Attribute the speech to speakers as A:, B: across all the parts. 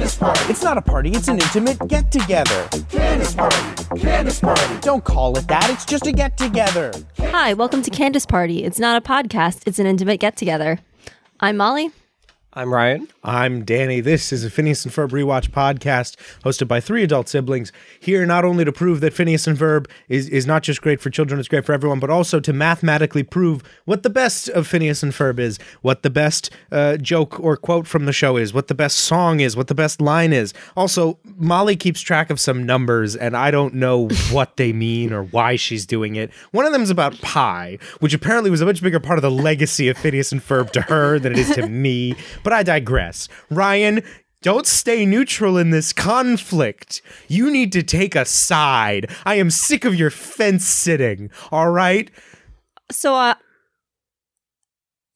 A: It's not a party, it's an intimate get together.
B: Candace Party! Candace Party!
A: Don't call it that, it's just a get together.
C: Hi, welcome to Candace Party. It's not a podcast, it's an intimate get together. I'm Molly.
D: I'm Ryan.
E: I'm Danny. This is a Phineas and Ferb rewatch podcast hosted by three adult siblings. Here, not only to prove that Phineas and Ferb is, is not just great for children, it's great for everyone, but also to mathematically prove what the best of Phineas and Ferb is, what the best uh, joke or quote from the show is, what the best song is, what the best line is. Also, Molly keeps track of some numbers, and I don't know what they mean or why she's doing it. One of them's about pi, which apparently was a much bigger part of the legacy of Phineas and Ferb to her than it is to me. But I digress. Ryan, don't stay neutral in this conflict. You need to take a side. I am sick of your fence sitting, all right?
C: So, uh,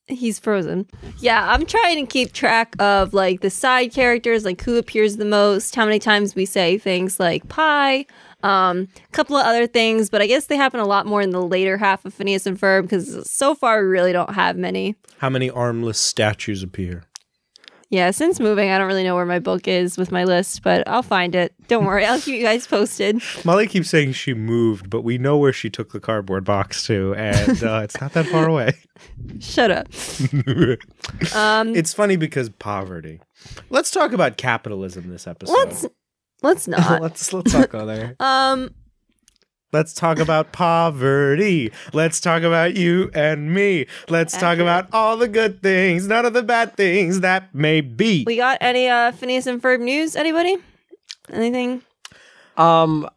C: he's frozen. Yeah, I'm trying to keep track of like the side characters, like who appears the most, how many times we say things like pie, um, a couple of other things, but I guess they happen a lot more in the later half of Phineas and Ferb because so far we really don't have many.
E: How many armless statues appear?
C: Yeah, since moving, I don't really know where my book is with my list, but I'll find it. Don't worry, I'll keep you guys posted.
E: Molly keeps saying she moved, but we know where she took the cardboard box to, and uh, it's not that far away.
C: Shut up. Um,
E: It's funny because poverty. Let's talk about capitalism this episode.
C: let's let's not.
D: let's let's not go there.
C: Um,
E: Let's talk about poverty. Let's talk about you and me. Let's talk about all the good things, none of the bad things that may be.
C: we got any uh Phineas and Ferb news? Anybody? Anything?
D: Um,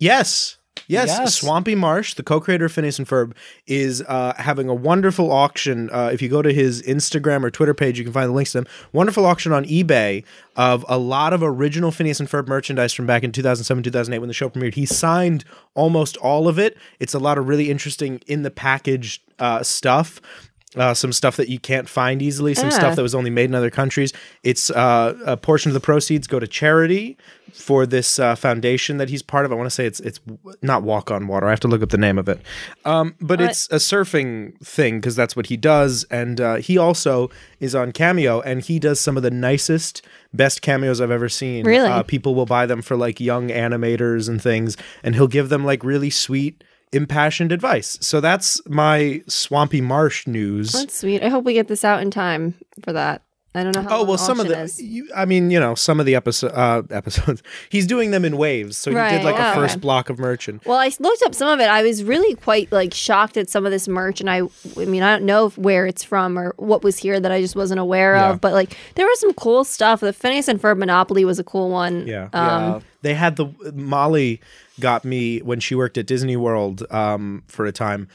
E: Yes. Yes,
D: Yes.
E: Swampy Marsh, the co-creator of Phineas and Ferb, is uh, having a wonderful auction. Uh, if you go to his Instagram or Twitter page, you can find the links to them. Wonderful auction on eBay of a lot of original Phineas and Ferb merchandise from back in 2007, 2008 when the show premiered. He signed almost all of it. It's a lot of really interesting in the package uh, stuff. Uh, some stuff that you can't find easily, some
C: Ah.
E: stuff that was only made in other countries. It's uh, a portion of the proceeds go to charity for this uh, foundation that he's part of. I want to say it's it's w- not Walk on Water. I have to look up the name of it, um, but it's a surfing thing because that's what he does. And uh, he also is on Cameo, and he does some of the nicest, best cameos I've ever seen.
C: Really?
E: uh, people will buy them for like young animators and things, and he'll give them like really sweet. Impassioned advice. So that's my swampy marsh news.
C: That's sweet. I hope we get this out in time for that. I don't know how.
E: Oh well, some of the. You, I mean, you know, some of the episode uh, episodes. He's doing them in waves, so he
C: Right,
E: did like
C: yeah.
E: a first
C: Okay.
E: block of merch, and
C: Well, I s- looked up some of it. I was really quite like shocked at some of this merch, and I, I mean, I don't know if- where it's from or what was here that I just wasn't aware
E: Yeah.
C: of. But like, there was some cool stuff. The Phineas and Ferb Monopoly was a cool one.
E: Yeah.
C: Um,
D: yeah.
E: They had the Molly got me when she worked at Disney World um, for a time.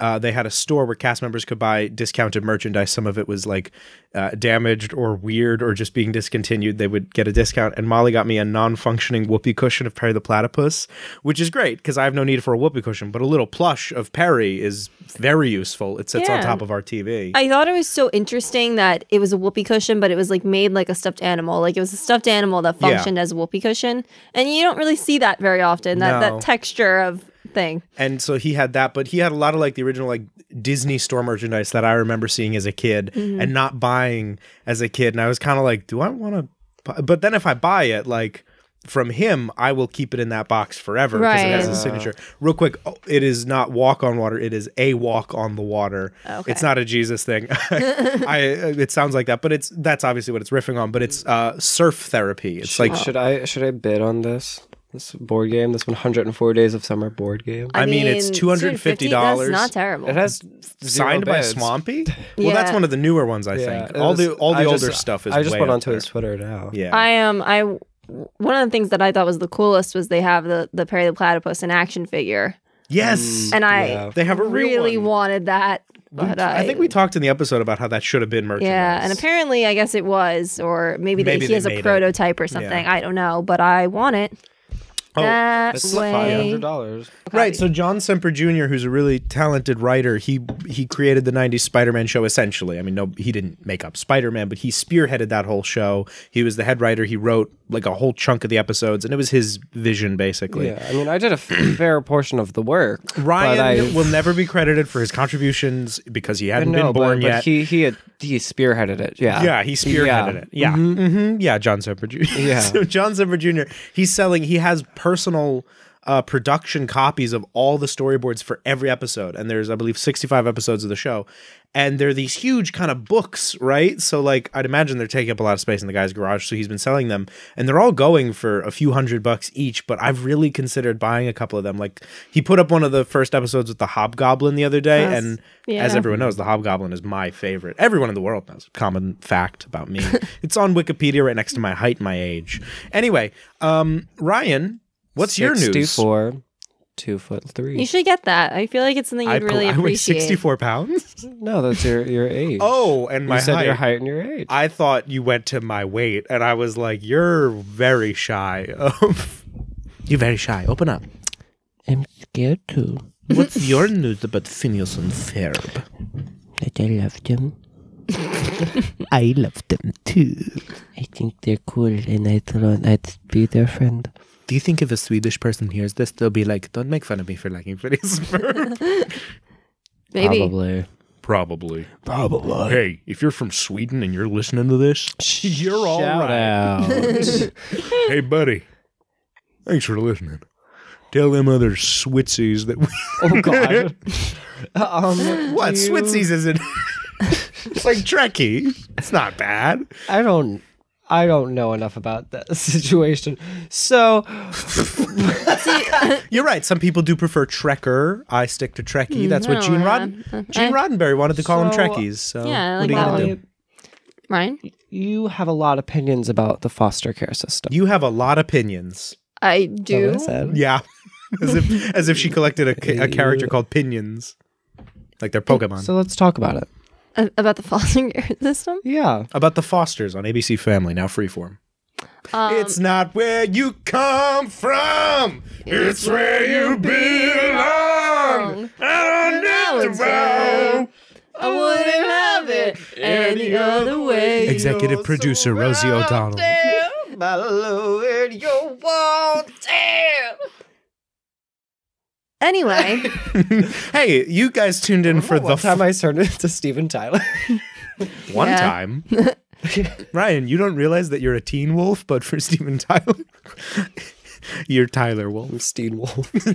E: Uh, they had a store where cast members could buy discounted merchandise. Some of it was like uh, damaged or weird or just being discontinued. They would get a discount. And Molly got me a non functioning whoopee cushion of Perry the Platypus, which is great because I have no need for a whoopee cushion, but a little plush of Perry is very useful. It sits on
C: Yeah.
E: top of our TV.
C: I thought it was so interesting that it was a whoopee cushion, but it was like made like a stuffed animal. Like it was a stuffed animal that
E: Yeah.
C: functioned as a whoopee cushion, and you don't really see that very often. That
E: No.
C: that texture of thing.
E: and so he had that but he had a lot of like the original like disney store merchandise that i remember seeing as a kid
C: Mm-hmm.
E: and not buying as a kid and i was kind of like do i want to but then if i buy it like from him i will keep it in that box forever because it has
C: Right.
E: his signature real quick oh, it is not walk on water it is a walk on the water
C: Okay.
E: it's not a jesus thing i uh, it sounds like that but it's that's obviously what it's riffing on but it's uh surf therapy it's like
D: should I should I bid on this this board game? This 104 days of summer board game.
E: I mean, it's $250.
C: That's not terrible.
D: It has zero
E: signed by
D: bids.
E: Swampy. Well, that's
C: Yeah.
E: one of the newer ones, I
D: Yeah,
E: think.
D: it
E: All
D: was-
E: the all the
D: I
E: older
D: just-
E: stuff is.
D: I just
E: way
D: went
E: up
D: onto
E: there.
D: his Twitter now.
E: Yeah,
C: I um I one of the things that I thought was the coolest was they have the the Perry the Platypus in action figure,
E: yes,
C: and I
D: Yeah.
E: they have a real
C: really
E: one.
C: wanted that. But Mm. I,
E: I think we talked in the episode about how that should have been merchandise.
C: yeah, and apparently I guess it was, or maybe, that
E: Maybe
C: he
E: they
C: has
E: made
C: a
E: it.
C: prototype or something. I don't know, but I want it.
E: Oh,
C: that
D: It's five
C: way.
D: hundred dollars.
E: Right, so John Semper Jr., who's a really talented writer, he he created the '90s Spider-Man show. Essentially, I mean, no, he didn't make up Spider-Man, but he spearheaded that whole show. He was the head writer. He wrote like a whole chunk of the episodes, and it was his vision, basically.
D: Yeah, I mean, I did a f- fair portion of the work. but
E: Ryan
D: I,
E: will never be credited for his contributions because he
D: I
E: hadn't
D: know,
E: been born
D: but,
E: yet.
D: But he he had
F: he spearheaded it. Yeah.
E: Yeah, he spearheaded it. Yeah. hmm Yeah, John Semper Jr.
F: Yeah.
E: so John Semper Jr. He's selling. He has personal uh, production copies of all the storyboards for every episode, and there's I believe 65 episodes of the show, and they're these huge kind of books, right? So like I'd imagine they're taking up a lot of space in the guy's garage, so he's been selling them, and they're all going for a few hundred bucks each. But I've really considered buying a couple of them. Like he put up one of the first episodes with the Hobgoblin the other day,
C: Yes.
E: and
C: Yeah.
E: as everyone everyone knows the hobgoblin is my favorite everyone in the world knows common fact about me it's on wikipedia right next to my height and my age anyway um ryan what's your news
F: 64, two foot three.
C: You should get that. I feel like it's something
E: I,
C: you'd
E: po-
C: really
E: I weigh
C: appreciate.
E: 64 pounds
F: no, that's your, your age.
E: oh and
F: you
E: my
F: said
E: height.
F: your height and your age.
E: i thought you went to my weight and i was like you're very shy of you're very shy open up
A: I'm scared too.
E: what's your news about phineas and ferb
A: But I love them.
G: I love them too.
A: I think they're cool and I thought I'd be their friend.
E: do you think if a swedish person hears this they'll be like don't make fun of me for liking phineas and ferb
C: Maybe.
A: Probably.
E: Probably. Probably. Hey, if you're from Sweden and you're listening to this, you're all
F: Shout out.
E: Hey, buddy. Thanks for listening. Tell them other Switsies that we.
F: oh, God. um,
E: What?
F: you-
E: Switsies isn't. it's like Trekkie. It's not bad.
F: I don't. I don't know enough about that situation. So,
E: You're right. Some people do prefer Trekker. I stick to Trekkie. That's what
C: no,
E: Gene,
C: yeah.
E: Rodden- Gene Roddenberry wanted to call
F: So,
E: them Trekkies. So
C: yeah, I like
E: what are you
C: that
E: gonna
C: one.
E: do?
C: Ryan?
F: you have a lot of opinions about the foster care system.
E: You have a lot of opinions.
C: I do.
F: Is that what I said?
E: Yeah. as if as if she collected a, ca- a character called Pinions, like they're Pokemon.
F: So let's talk about it.
C: A- About the foster care system?
F: Yeah.
E: about the Fosters on ABC Family, now Freeform.
C: Um,
E: it's not where you come from. It's where you belong. I don't need to run.
C: I wouldn't have it any other way.
E: Executive producer Rosie O'Donnell.
F: My lord, you
C: Oh,
F: won't
C: Anyway,
E: Hey, you guys tuned in for the
F: One time
E: f-
F: I turned into Steven Tyler.
E: one
C: Yeah.
E: time. Ryan, you don't realize that you're a teen wolf, but for Steven Tyler, you're Tyler Wolf.
F: Steen Wolf.
E: You're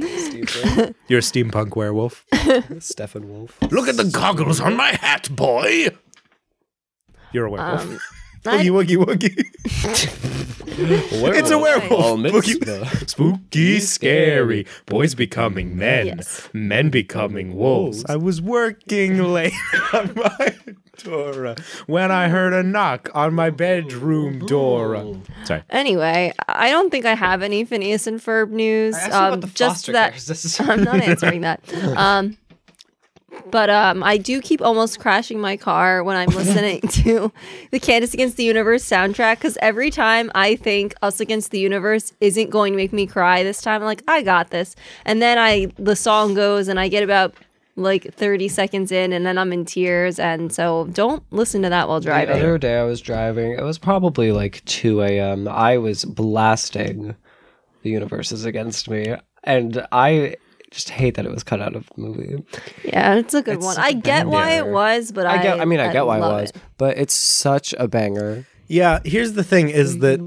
E: a steampunk werewolf.
F: Stefan Wolf.
E: Look at the goggles on my hat, boy. You're a werewolf.
C: um, I-
E: Woogie woogie woogie. it's a werewolf. Boogie- Spooky, scary. Boys becoming men.
C: Yes.
E: Men becoming wolves. I was working late on my Dora when I heard a knock on my bedroom door. Sorry.
C: anyway, I don't think I have any Phineas and Ferb news. Um, just that I'm not answering that. Um, but um, I do keep almost crashing my car when I'm listening to the Candace Against the Universe soundtrack because every time I think Us Against the Universe isn't going to make me cry this time, I'm like, I got this. And then I the song goes and I get about like 30 seconds in and then I'm in tears. And so don't listen to that while
F: The
C: driving.
F: other day I was driving. It was probably like 2 a.m. I was blasting The Universe is Against Me. And I just hate that it was cut out of the movie.
C: Yeah, it's a good one. I get why it
F: banger.
C: was, but I,
F: I get. I mean, I, get why it
C: love
F: was, but it's such a banger.
E: Yeah, here's the thing is that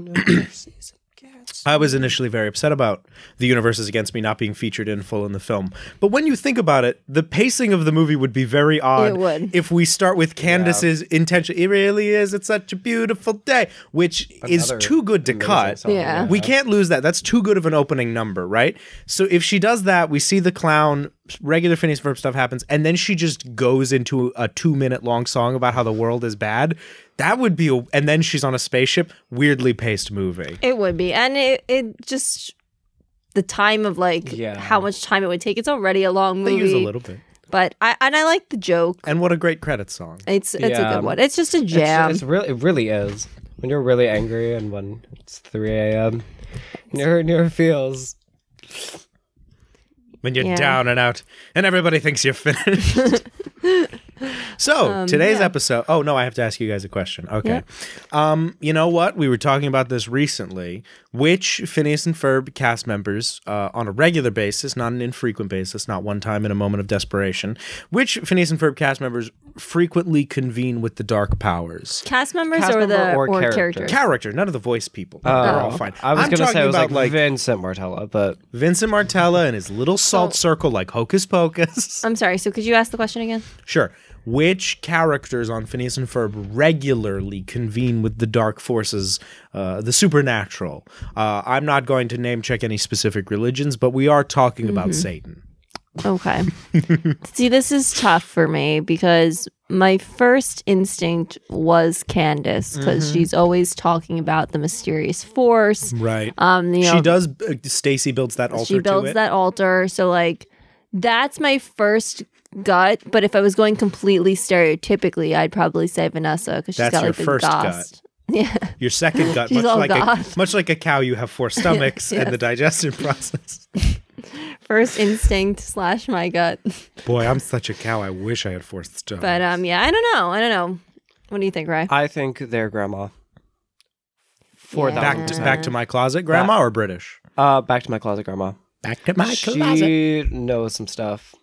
E: I was initially very upset about The Universe is Against Me not being featured in full in the film. But when you think about it, the pacing of the movie would be very odd
C: It would.
E: if we start with Candace's intention. It really is. It's such a beautiful day, which
F: Another
E: is too good to
F: amazing
E: cut.
F: song,
C: Yeah.
E: We can't lose that. That's too good of an opening number, right? So if she does that, we see the clown, regular Phineas Verb stuff happens, and then she just goes into a two minute long song about how the world is bad. That would be, a, and then she's on a spaceship, weirdly paced movie.
C: It would be. And it, it just the time of like
F: Yeah.
C: how much time it would take. It's already a long
E: They
C: movie.
E: use a little bit.
C: But I and I like the joke.
E: And what a great credit song.
C: It's it's a
F: Yeah.
C: good one. It's just a jam.
F: It's, it's really, it really is. When you're really angry and when it's 3 a.m., and you're in your feels.
E: When you're
C: Yeah.
E: down and out, and everybody thinks you're finished. So today's
C: Um, yeah.
E: episode. Oh no, I have to ask you guys a question. Okay. Um, you know what? We were talking about this recently. Which Phineas and Ferb cast members, uh, on a regular basis, not an infrequent basis, not one time in a moment of desperation, which Phineas and Ferb cast members frequently convene with the Dark Powers?
C: Cast members
D: Cast
C: or
D: member
C: the
D: or
C: or,
D: character.
C: characters?
E: Character, none of the voice people. They're all fine.
D: Oh. I was
E: I'm
D: gonna
E: talking
D: say it was
E: about
D: like, Vincent Martella, but
E: Vincent Martella and his little salt circle, like Hocus Pocus.
C: I'm sorry. So could you ask the question again?
E: Sure. Which characters on Phineas and Ferb regularly convene with the dark forces, uh, the supernatural? Uh, I'm not going to name check any specific religions, but we are talking
C: Mm-hmm.
E: about Satan.
C: Okay. See, this is tough for me because my first instinct was Candace because she's always talking about the mysterious force.
E: Right.
C: Um, you know,
E: she does. Uh, Stacy builds that altar
C: she builds
E: to it.
C: that altar. So like that's my first gut. But if I was going completely stereotypically, I'd probably say Vanessa because she's
E: That's
C: got
E: your
C: like the
E: first gut.
C: gossed. Yeah.
E: Your second gut, much
C: She's all
E: like a,
C: goth.
E: much like a cow, you have four stomachs and the digestive process.
C: First instinct slash my gut.
E: Boy, I'm such a cow. I wish I had four stomachs.
C: But um yeah, I don't know. I don't know. What do you think, Ray?
D: I think their grandma. For
C: Yeah.
D: that
E: back to back to my closet, grandma or British?
D: uh, back to my closet grandma.
E: Back to my
D: she knows some stuff.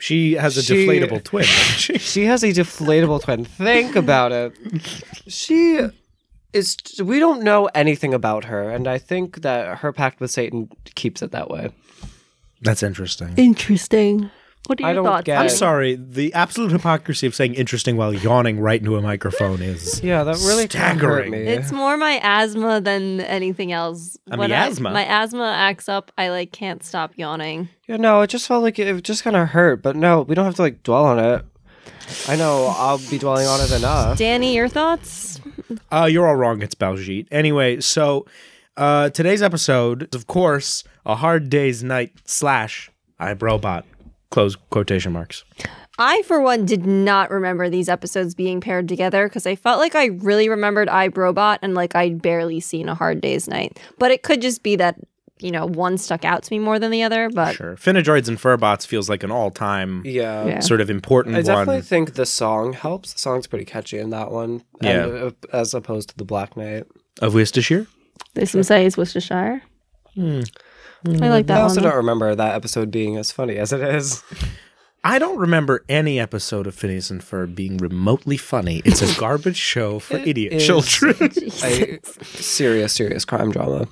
E: She has a
D: She-
E: deflatable twin. doesn't she?
D: She has a deflatable twin. Think about it. She is. We don't know anything about her, and I think that her pact with Satan keeps it that way.
E: That's interesting.
C: Interesting. What are
D: I
C: your
D: don't
C: thoughts?
D: get it.
C: on
E: I'm
C: it?
E: sorry. The absolute hypocrisy of saying interesting while yawning right into a microphone is.
D: Yeah, that really kinda hurt
E: Staggering.
D: me.
C: It's more my asthma than anything else.
E: I mean,
C: When
E: asthma.
C: my asthma acts up. I like can't stop yawning.
D: Yeah, no, it just felt like it just kind of hurt, but no, we don't have to like dwell on it. I know I'll be dwelling on it enough.
C: Danny, your thoughts?
E: Uh, you're all wrong. It's Baljeet. Anyway, so uh, today's episode is, of course, a hard day's night slash I'm robot. Close quotation marks.
C: I, for one, did not remember these episodes being paired together because I felt like I really remembered I Robot and like I'd barely seen A Hard Day's Night. But it could just be that you know one stuck out to me more than the other. But
E: Sure. Finidroids and Furbots feels like an all time
D: Yeah.
C: Yeah.
E: sort of important
D: I definitely
E: one.
D: think the song helps. The song's pretty catchy in that one.
E: Yeah.
D: and, uh, as opposed to the Black Knight.
E: Of Worcestershire?
C: there's some say it's Worcestershire.
E: Hmm.
C: I like
D: I
C: that
D: also
C: one.
D: don't remember that episode being as funny as it is.
E: I don't remember any episode of Phineas and Ferb being remotely funny. It's a garbage show for idiot
D: is.
E: children.
D: A serious, serious crime drama.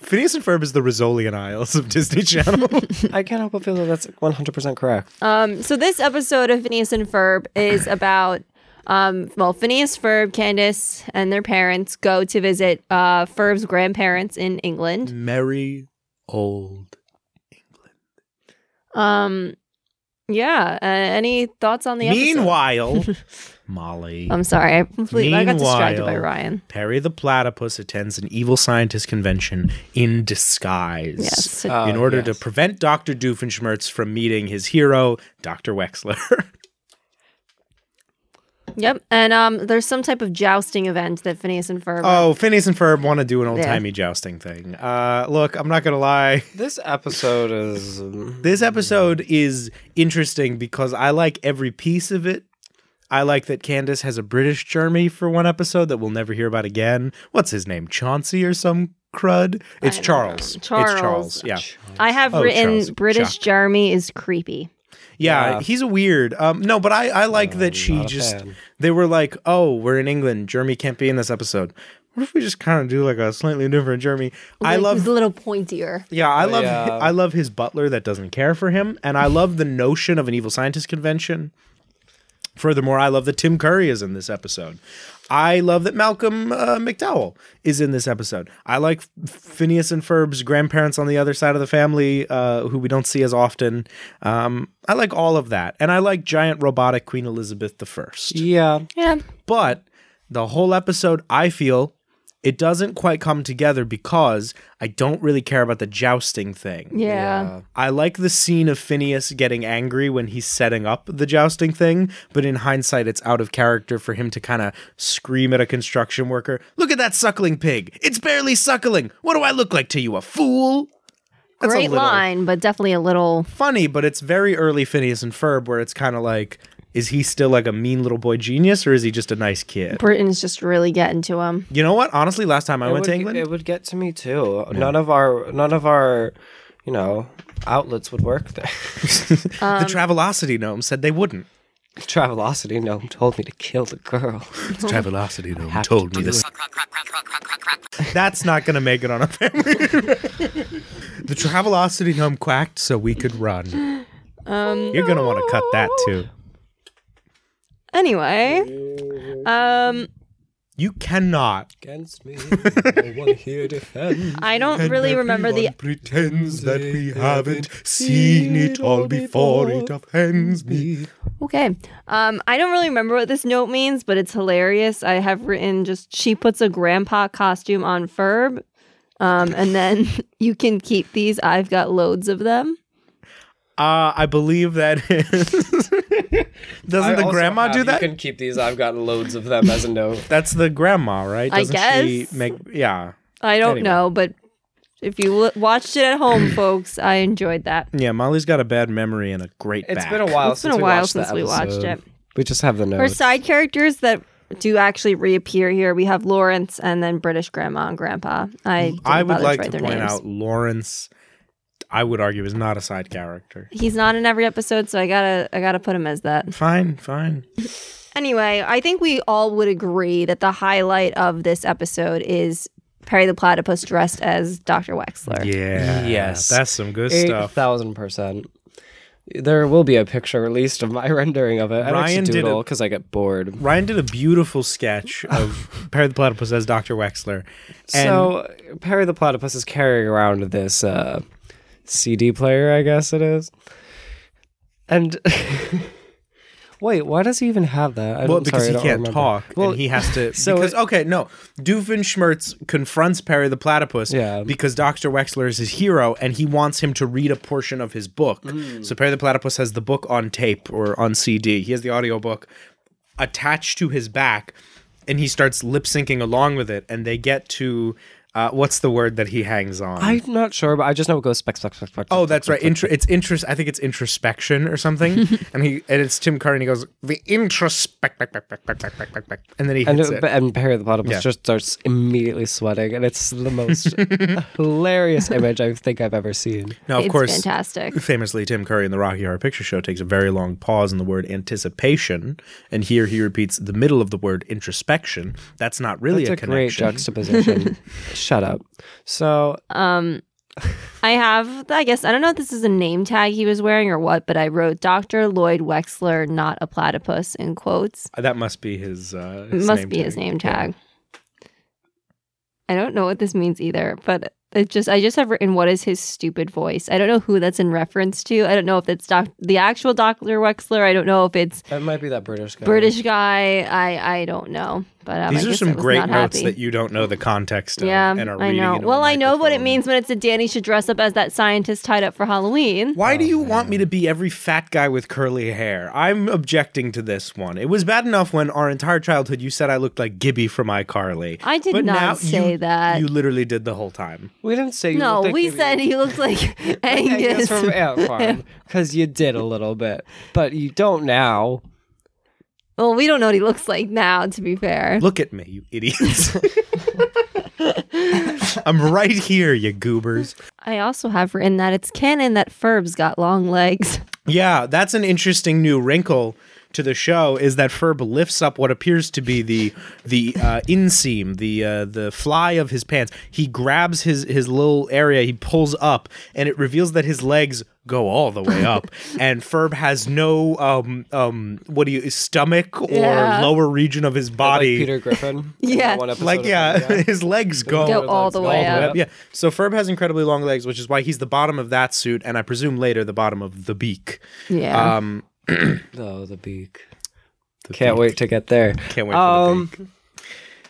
E: Phineas and Ferb is the Rizzolian Isles of Disney Channel.
D: I can't help but feel that that's 100% correct.
C: Um, so this episode of Phineas and Ferb is about um, well, Phineas, Ferb, Candace, and their parents go to visit uh, Ferb's grandparents in England.
E: merry old. Mm.
C: Um, yeah. Uh, any thoughts on the episode? Um,
E: Meanwhile, Molly,
C: I'm sorry. I completely I got distracted by
E: Meanwhile-
C: Ryan.
E: Perry the platypus attends an evil scientist convention in disguise.
C: Yes.
D: Uh,
F: Oh,
E: in order to
D: yes.
E: prevent Dr. Doofenshmirtz from meeting his hero, Dr. Wexler.
C: yep. And um, there's some type of jousting event that Phineas and Ferb.
E: oh, Phineas and Ferb want to do an old timey jousting thing. Uh, look, I'm not going to lie.
D: This episode is. um,
E: This episode is interesting because I like every piece of it. I like that Candace has a British Jeremy for one episode that we'll never hear about again. What's his name? Chauncey or some crud? It's
C: don't
E: Charles.
C: know.
E: It's
C: Charles.
E: Charles. Yeah.
C: I have
E: Oh,
C: written
E: Charles.
C: British
E: Chuck.
C: Jeremy is creepy.
E: Yeah,
D: Yeah.
E: he's a weird. Um, no, but I, I like that she
D: Uh, not a
E: just
D: fan.
E: they were like, oh, we're in England. Jeremy can't be in this episode. What if we just kind of do like a slightly different Jeremy? I
C: Like,
E: love
C: he's a little pointier.
E: Yeah, I love
D: yeah.
E: I love his butler that doesn't care for him, and I love the notion of an evil scientist convention. Furthermore, I love that Tim Curry is in this episode. I love that Malcolm uh, McDowell is in this episode. I like Phineas and Ferb's grandparents on the other side of the family, uh, who we don't see as often. Um, I like all of that, and I like giant robotic Queen Elizabeth the First
D: Yeah.
C: Yeah.
E: but the whole episode i feel it doesn't quite come together because i don't really care about the jousting thing
C: Yeah.
E: i like the scene of phineas getting angry when he's setting up the jousting thing but in hindsight it's out of character for him to kind of scream at a construction worker look at that suckling pig it's barely suckling what do i look like to you a fool That's a
C: Great
E: little
C: line, but definitely a little.
E: funny but it's very early phineas and ferb where it's kind of like is he still like a mean little boy genius or is he just a nice kid?
C: Britain's just really getting to him.
E: You know what? Honestly, last time I
F: it
E: went
F: would,
E: to England,
F: It would get to me too. None of our none of our, you know, outlets would work there. Um,
E: the Travelocity gnome said they wouldn't.
F: Travelocity gnome told me to kill the girl.
E: Travelocity gnome
F: have told to me do
E: this. That's not going to make it on a family. the Travelocity gnome quacked so we could run.
F: Um,
E: You're going to want to cut that too.
C: Anyway, um,
E: You cannot.
F: Against me, no one here defends.
C: I don't really remember the.
E: pretends
F: that we haven't seen it all before. It
E: offends me.
C: Okay, um, I don't really remember what this note means, but it's hilarious. I have written just she puts a grandpa costume on Ferb, um, and then you can keep these. I've got loads of them.
E: Uh, I believe that. Doesn't the grandma do that?
F: You can keep these. I've got loads of them as a note.
E: That's the grandma, right?
C: I
E: Doesn't she
C: guess.
E: make yeah.
C: I don't
E: Anyway.
C: know, but if you l- watched it at home, folks, I enjoyed that.
E: Yeah, Molly's got a bad memory and a great
F: It's
E: back.
F: been a while.
C: It's been
F: since
C: a
F: we
C: while
F: watched the
C: since we watched
F: episode.
C: it.
F: We just have the
C: For
F: notes.
C: side characters that do actually reappear here, we have Lawrence and then British Grandma and Grandpa. I didn't
E: Mm, I would
C: bother
E: like
C: write
E: to
C: their
E: point
C: names.
E: out Lawrence. I would argue is not a side character.
C: He's not in every episode, so I gotta I gotta put him as that.
E: Fine, fine.
C: Anyway, I think we all would agree that the highlight of this episode is Perry the Platypus dressed as Dr. Wexler.
E: Yeah.
F: Yes.
E: That's some good
F: Eight
E: stuff.
F: thousand percent. There will be a picture released of my rendering of it. I
E: Ryan
F: Ryan like
E: did a-
F: to doodle because I get bored.
E: Ryan did a beautiful sketch of Perry the Platypus as Dr. Wexler. And
F: so Perry the Platypus is carrying around this uh, CD player, I guess it is. And wait, why does he even have that? I'm
E: well, because
F: sorry, I
E: he
F: don't
E: can't
F: remember.
E: talk,
F: Well,
E: and he has to.
F: so
E: because
F: it-
E: okay, no, Doofenshmirtz confronts Perry the Platypus
F: Yeah.
E: because Doctor Wexler is his hero, and he wants him to read a portion of his book. So Perry the Platypus has the book on tape or on CD. He has the audiobook attached to his back, and he starts lip syncing along with it. And they get to uh, what's the word that he hangs on?
F: I'm not sure, but I just know it goes spec spec spec spec.
E: Oh,
F: spec,
E: that's
F: spec,
E: right. Intro, it's interest. I think it's introspection or something. and he and it's Tim Curry. And he goes the introspect, back, back, back, back, back, back, back, back," and then he
F: And,
E: hits
F: it-
E: it.
F: and Perry the Platypus
E: Yeah.
F: just starts immediately sweating, and it's the most hilarious image I think I've ever seen.
E: Now, of
C: it's
E: course,
C: fantastic.
E: famously, Tim Curry in the Rocky Horror Picture Show takes a very long pause in the word anticipation, and here he repeats the middle of the word introspection. That's not really
F: It's
E: a,
F: a great
E: connection.
F: juxtaposition. Shut up. So
C: I have, I guess, I don't know if this is a name tag he was wearing or what, but I wrote Dr. Lloyd Wexler, not a platypus, in quotes.
E: Uh, that must be his. Uh,
C: It
E: his
C: must
E: name
C: be his
E: tag.
C: name tag. I don't know what this means either, but it just I just have written what is his stupid voice. I don't know who that's in reference to. I don't know if it's doc- the actual Dr. Wexler. I don't know if it's
F: that might be that British guy.
C: British guy. I I don't know. But um,
E: These
C: I
E: are
C: guess I
E: some
C: was
E: great
C: not
E: notes
C: happy.
E: that you don't know the context of
C: yeah,
E: and are
C: I
E: reading.
C: know.
E: into a
C: Well, I know what it
E: microphone.
C: means when it's a Danny should dress up as that scientist tied up for Halloween.
E: Why do you want me to be every fat guy with curly hair? I'm objecting to this one. It was bad enough when our entire childhood you said I looked like Gibby from iCarly.
C: I did
E: But
C: not
E: now
C: say
E: you-
C: that.
E: You literally did the whole time.
F: We didn't say you
C: No,
F: looked like
C: we
F: Amy.
C: said he looks like
F: Angus
C: Angus.
F: from Ant Farm because you did a little bit, but you don't now.
C: well, we don't know what he looks like now. To be fair,
E: Look at me, you idiots. I'm right here, you goobers.
C: I also have written that it's canon that Ferb's got long legs.
E: Yeah, that's an interesting new wrinkle to the show is that Ferb lifts up what appears to be the the uh, inseam, the uh, the fly of his pants. He grabs his his little area, he pulls up, and it reveals that his legs go all the way up. and Ferb has no um um what do you stomach or
C: Yeah.
E: lower region of his
F: Like
E: body.
F: Peter Griffin.
C: Yeah.
F: in one episode
E: like
F: of
E: yeah,
F: Peter
E: his legs go
C: Go all the way up.
E: yeah. So Ferb has incredibly long legs, which is why he's the bottom of that suit, and I presume later the bottom of the beak.
C: Yeah.
E: Um,
F: Griffin. Oh, the beak. Can't wait to get there.
E: Can't wait for the
F: Um,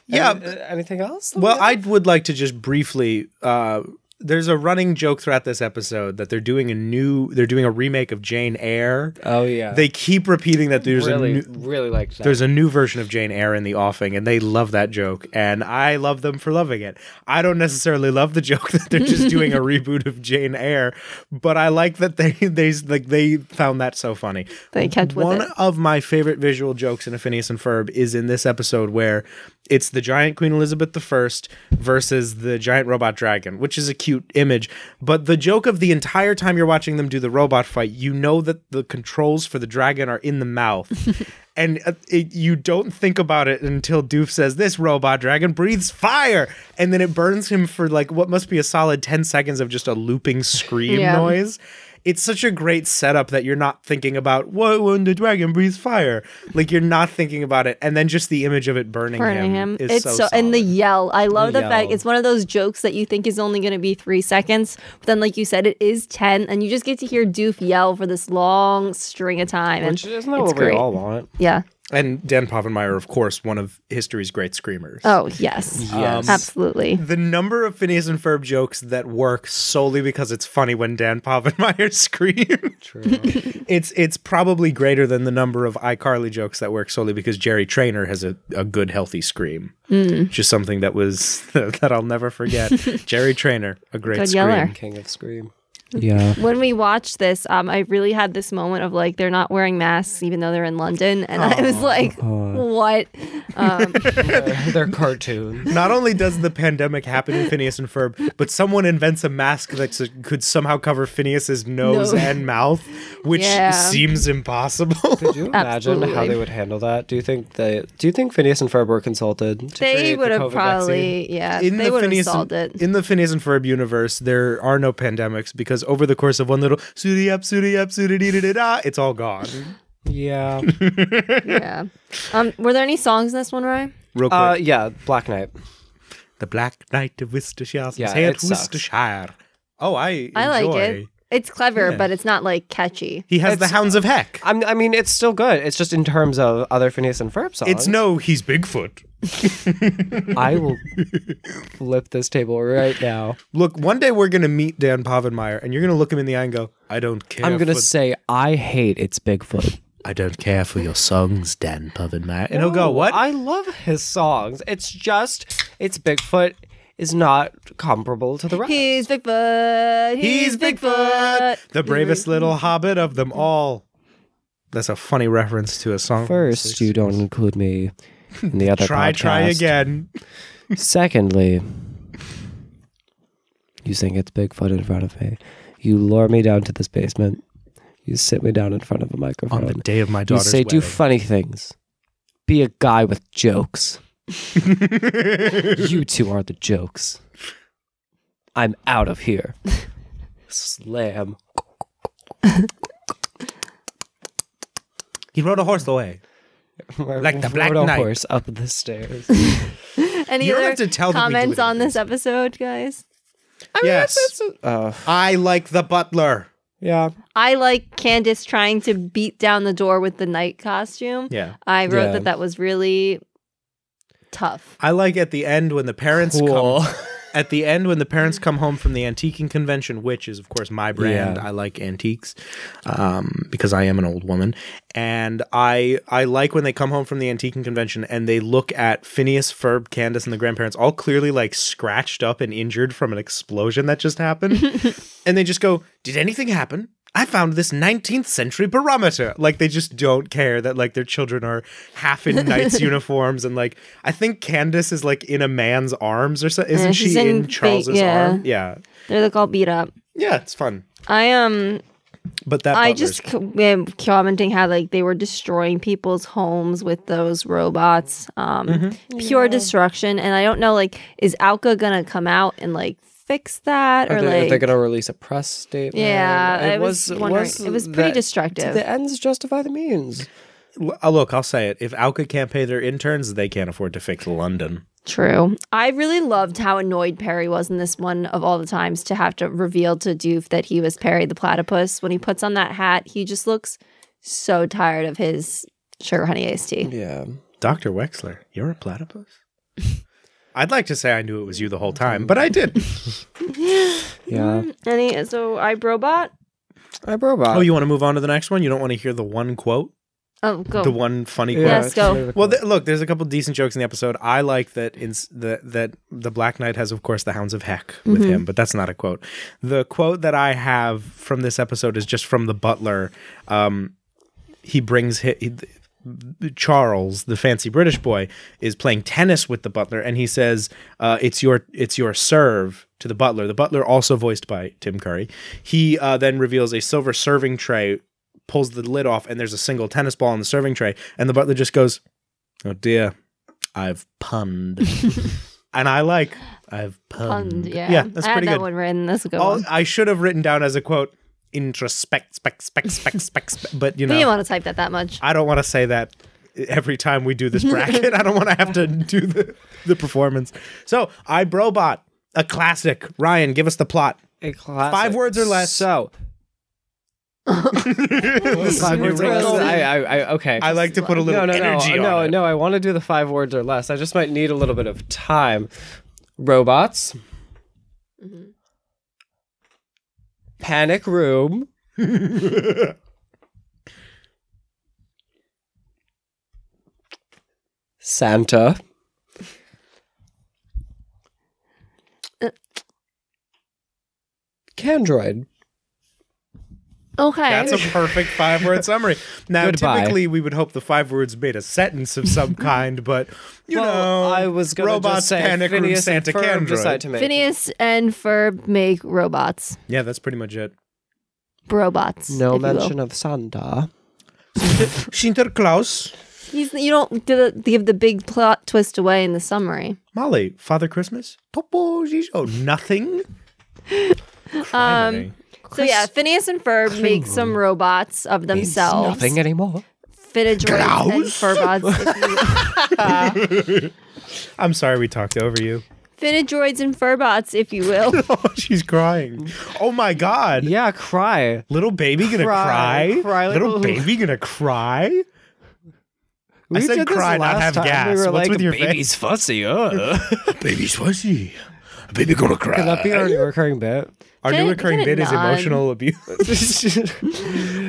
E: yeah.
F: uh, anything else?
E: Well, I would like to just briefly uh, there's a running joke throughout this episode that they're doing a new they're doing a remake of Jane Eyre.
D: Oh
C: Uh,
D: yeah.
E: They keep repeating that there's
D: really
E: a new,
D: really liked that.
E: there's a new version of Jane Eyre in the offing, and they love that joke, and I love them for loving it. I don't necessarily love the joke that they're just doing a reboot of Jane Eyre, but I like that they they like they found that so funny.
C: They kept with
E: One
C: it.
E: of my favorite visual jokes in a Phineas and Ferb is in this episode where it's the giant Queen Elizabeth I versus the giant robot dragon, which is a cute image. But the joke of the entire time you're watching them do the robot fight, you know that the controls for the dragon are in the mouth. and uh, it, you don't think about it until Doof says, This robot dragon breathes fire. And then it burns him for like what must be a solid 10 seconds of just a looping scream
C: Yeah.
E: noise is, it's such a great setup that you're not thinking about what when the dragon breathes fire. Like you're not thinking about it, and then just the image of it burning,
C: burning him.
E: him, is
C: It's so, and the
E: solid.
C: yell. I love the,
D: The
C: fact
D: yell.
C: it's one of those jokes that you think is only going to be three seconds, but then like you said, it is ten, and you just get to hear Doof yell for this long string of time,
D: Which
C: and
D: isn't that
C: it's
D: what
C: great.
D: we all want?
C: yeah.
E: and Dan Poffenmeyer, of course, one of history's great screamers.
C: Oh yes,
D: Yes.
C: absolutely.
E: The number of Phineas and Ferb jokes that work solely because it's funny when Dan Poffenmeyer screams.
D: True.
E: It's it's probably greater than the number of iCarly jokes that work solely because Jerry Trainer has a, a good healthy scream.
C: Hmm.
E: Just something that was that I'll never forget. Jerry Trainer, a great
C: Good
E: scream.
C: yeller.
D: King of Scream.
F: Yeah.
C: When we watched this, um, I really had this moment of like they're not wearing masks even though they're in London, and I was like, what?
D: They're cartoons.
E: Not only does the pandemic happen in Phineas and Ferb, but someone invents a mask that s- could somehow cover Phineas's nose
C: No.
E: and mouth, which
C: Yeah.
E: seems impossible.
D: Could you imagine how
C: Absolutely.
D: they would handle that? Do you think they? Do you think Phineas and Ferb were consulted? to create
C: They
D: the
C: would have
D: COVID
C: probably, yeah, Uh, they would have solved
E: and,
C: it.
E: in the Phineas and Ferb universe, there are no pandemics because over the course of one little sooty up, sooty up, sooty dee da da, it's all gone.
D: vaccine? Yeah.
C: yeah. Um, were there any songs in this one, Ryan?
E: Real quick,
D: uh, yeah. Black Knight.
E: the Black Knight of Worcestershire,
D: Yeah,
E: say
D: it
E: it
D: sucks.
E: Worcestershire. Oh, I
C: I like it.
E: enjoy.
C: It's clever,
E: Yeah.
C: but it's not like catchy.
E: He has the
D: It's-
E: Hounds of Heck.
D: I'm, I mean, it's still good. It's just in terms of other Phineas and Ferb songs.
E: It's no, he's Bigfoot.
D: I will flip this table right now.
E: Look, one day we're gonna meet Dan Povenmire, and you're gonna look him in the eye and go, "I don't care."
F: I'm gonna
E: for-
F: say I hate it's Bigfoot.
E: I don't care for your songs, Dan Povenmire, and he'll go, "What?"
D: Oh, I love his songs. It's just, it's Bigfoot is not comparable to the rest.
C: He's Bigfoot. He's, Bigfoot.
E: the bravest little hobbit of them all. That's a funny reference to a song.
F: First, you don't include me in the other
E: try, try
F: podcast.
E: again.
F: Secondly, you sing it's Bigfoot in front of me. You lure me down to this basement. You sit me down in front of a microphone.
E: On the day of my
F: you
E: daughter's
F: say do funny things. Be a guy with jokes.
E: wedding.
F: you two are the jokes. I'm out of here. Slam.
E: he rode a horse away. Like the Black
F: Rode a
E: Knight.
F: horse up the stairs.
C: Any
E: You don't
C: other
E: have to tell them we do
C: comments
E: it
C: on
E: again.
C: this episode, guys?
E: yes,
F: Uh,
E: I like the butler.
D: yeah.
C: I like Candace trying to beat down the door with the night costume.
E: Yeah,
C: I wrote
F: Yeah.
C: that that was really tough.
E: I like at the end when the parents
F: Cool.
E: come at the end when the parents come home from the antiquing convention, which is of course my brand.
F: Yeah.
E: I like antiques um, because I am an old woman, and I I like when they come home from the antiquing convention and they look at Phineas, Ferb, Candace, and the grandparents all clearly like scratched up and injured from an explosion that just happened, and they just go, "Did anything happen?" I found this 19th century barometer. Like they just don't care that like their children are half in knights uniforms and like I think Candace is like in a man's arms or so. Isn't
C: Yeah, she's
E: she in,
C: in fake-
E: Charles's
C: yeah.
E: arm? Yeah.
C: They look all beat up.
E: Yeah, it's fun.
C: I um
E: But that
C: I
E: butler's-
C: just c- am commenting how like they were destroying people's homes with those robots, um, pure destruction. And I don't know, like, is Alka gonna come out and like fix that or
D: Are they,
C: like?
D: are they going to release a press statement?
C: Yeah, I was wondering- it was pretty
D: that-
C: destructive.
D: The ends justify the means.
E: L- uh, look, I'll say it. If Alka can't pay their interns, they can't afford to fix London.
C: True. I really loved how annoyed Perry was in this one of all the times to have to reveal to Doof that he was Perry the platypus. When he puts on that hat, he just looks so tired of his sugar honey iced tea.
D: Yeah.
E: Dr. Wexler, you're a platypus? I'd like to say I knew it was you the whole time, but I did.
F: Yeah.
C: Any Um, so I robot?
F: I robot.
E: oh, you want to move on to the next one? You don't want to hear the one quote,
C: Oh, go.
E: the one funny quote.
C: Yes, go.
E: Well, th- look, there's a couple decent jokes in the episode. I like that in s- the, that the Black Knight has, of course, the Hounds of Heck with him, but that's not a quote. The quote that I have from this episode is just from the butler. Um, he brings hi- he, Charles, the fancy British boy, is playing tennis with the butler, and he says, uh, "It's your it's your serve." To the butler, the butler also voiced by Tim Curry. He uh, then reveals a silver serving tray, pulls the lid off, and there's a single tennis ball on the serving tray, and the butler just goes, "Oh dear, I've punned," and I like, "I've punned."
C: Pund, yeah.
E: yeah, that's
C: I
E: pretty
C: had that
E: good.
C: one written. That's a good
E: All,
C: one.
E: I should have written down as a quote, "Introspect, spec, spec, spec, spec," spec," but you
C: We
E: know,
C: didn't want to type that that much.
E: I don't want to say that every time we do this bracket. I don't want to have to do the, the performance. So, I Brobot, a classic. Ryan, give us the plot.
D: A classic.
E: Five words or less.
D: So
E: Five words or
D: I,
E: less.
D: I, I, okay.
E: I like to put a little
D: no, no,
E: energy
D: no, no,
E: on it.
D: no. I want to do the five words or less. I just might need a little bit of time. Robots.
E: Mm-hmm.
D: Panic room. Santa. Uh. Candroid.
C: Okay.
E: That's a perfect five word summary. Now,
F: Goodbye.
E: typically, we would hope the five words made a sentence of some kind, but you
D: Well,
E: know,
D: I was gonna
E: robots
D: just say
E: panic room,
D: Phineas and
E: Santa
D: Ferb
E: Candroid.
D: decide to make
C: Phineas and Ferb make robots.
E: Yeah, that's pretty much it.
C: Robots.
F: no
C: if you will.
F: mention of Santa.
E: Sinterklaas,
C: He's you don't do the, give the big plot twist away in the summary.
E: Molly, Father Christmas, Topo Gijo, nothing.
D: Um,
E: Criminy.
C: So yeah, Phineas and Ferb make some robots of themselves.
F: Nothing anymore.
C: Finidroids and Ferbots. if you- uh,
E: I'm sorry we talked over you.
C: Finidroids and Ferbots, if you will.
E: Oh, she's crying. Oh my god.
D: Yeah, cry.
E: Little baby gonna
D: Cry,
E: cry.
D: cry,
E: little
D: little-
E: baby gonna cry.
D: We
E: said
D: did this
E: cry, not
D: last
E: have
D: time.
E: gas.
D: We were
E: What's
D: like,
E: with your face?
D: baby's fussy. Uh.
E: Baby's fuzzy. Baby gonna cry.
D: Could that be our new recurring bit?
E: Our
C: Can
E: new
C: it-
E: recurring
C: can it
E: bit is
C: not?
E: emotional abuse.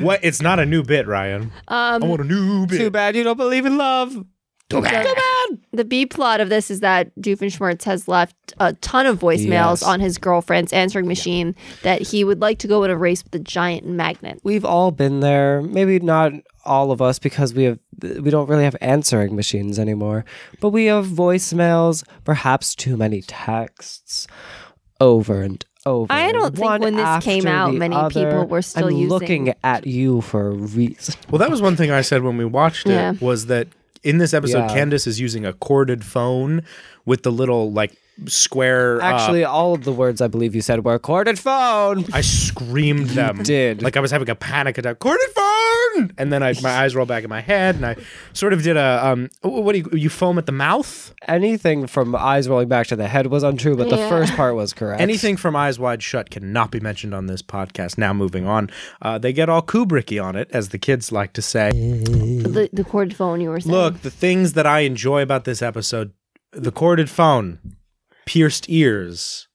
E: what? It's not a new bit, Ryan. I
C: Um,
E: want a new bit.
D: Too bad you don't believe in love.
C: the B plot of this is that Doofenshmirtz has left a ton of voicemails
F: Yes.
C: on his girlfriend's answering machine that he would like to go in a race with a giant magnet.
F: We've all been there. Maybe not all of us because we have we don't really have answering machines anymore. But we have voicemails, perhaps too many texts, over and over.
C: I don't think
F: one
C: when this came
F: after
C: out,
F: the
C: many
F: other.
C: people were still
F: I'm
C: using-
F: looking at you for a reason.
E: Well, that was one thing I said when we watched it
C: Yeah.
E: was that in this episode,
F: Yeah.
E: Candace is using a corded phone with the little like square. uh,
F: Actually, all of the words I believe you said were corded phone.
E: I screamed them.
F: did.
E: Like I was having a panic attack. Corded phone! And then I, my eyes roll back in my head, and I sort of did a um. wh- What do you you foam at the mouth?
F: Anything from eyes rolling back to the head was untrue, but the
C: Yeah.
F: first part was correct.
E: Anything from eyes wide shut cannot be mentioned on this podcast. Now moving on, uh, they get all Kubricky on it, as the kids like to say.
F: Mm.
C: The, the cord phone you were saying.
E: Look, the things that I enjoy about this episode: the corded phone, pierced ears.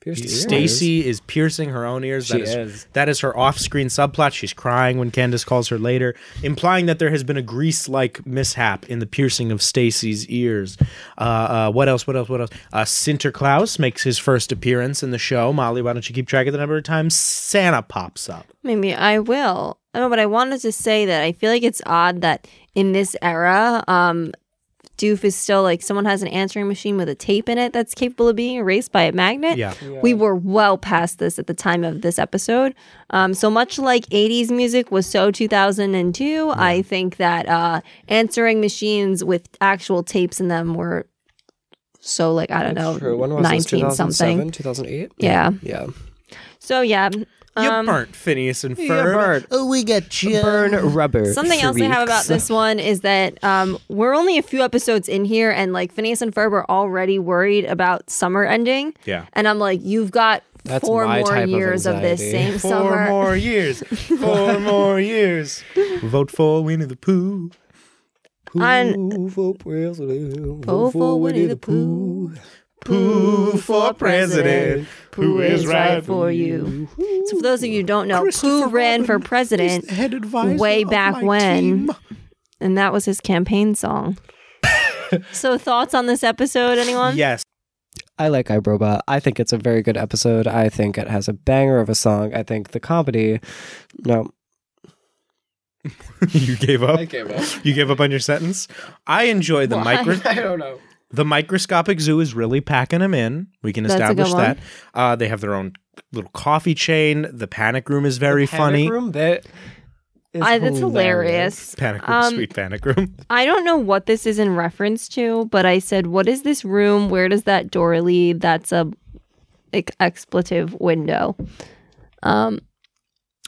F: Pierced ears.
E: Stacy is piercing her own ears. that
F: She
E: is,
F: is.
E: that is her off-screen subplot. She's crying when Candace calls her later, implying that there has been a grease-like mishap in the piercing of Stacy's ears. Uh, uh, what else? What else? What else? Uh, Sinterklaas makes his first appearance in the show. Molly, why don't you keep track of the number of times Santa pops up?
C: Maybe I will. I know, but I wanted to say that I feel like it's odd that in this era, um, Doof is still like someone has an answering machine with a tape in it that's capable of being erased by a magnet.
E: Yeah.
C: We were well past this at the time of this episode. Um, so much like 80s music was so 2002, I think that uh, answering machines with actual tapes in them were so like, I don't know,
F: True. When was
C: 19
F: this? 2007,
C: something.
F: 2008?
C: Yeah.
F: Yeah.
C: So yeah.
E: You
C: um,
E: burnt Phineas and Ferb.
A: Oh, we got you.
F: Burn rubber.
C: Something else I have about this one is that um, we're only a few episodes in here, and like Phineas and Ferb are already worried about summer ending.
E: Yeah.
C: and I'm like, you've got
F: That's
C: four
F: my
C: more
F: type of
C: years of, this same
F: anxiety.
E: Four
C: summer.
E: more years. Four more years. Vote for Winnie the Pooh.
C: On
D: Who for president?
C: Vote for Winnie the Pooh. Pooh
E: for president.
C: Pooh is right
E: right
C: for you. So for those of you who don't know, Pooh ran for president,
E: head advisor
C: way
E: of
C: back
E: my
C: when.
E: team.
C: and that was his campaign song. so thoughts on this episode, anyone?
E: Yes.
F: I like iRobot. I think it's a very good episode. I think it has a banger of a song. I think the comedy. No,
E: you gave up.
D: gave up.
E: You gave up on your sentence. I enjoy the
C: Why?
E: micro.
D: I don't know.
E: The microscopic zoo is really packing them in. We can
C: That's a good
E: establish
C: one.
E: that. Uh, they have their own little coffee chain. The panic room is very funny.
F: Panic room bit. is
C: I, that's hilarious.
E: Panic room,
C: Um,
E: sweet panic room.
C: I don't know what this is in reference to, but I said, "What is this room? Where does that door lead?" That's a ex- expletive window. Um,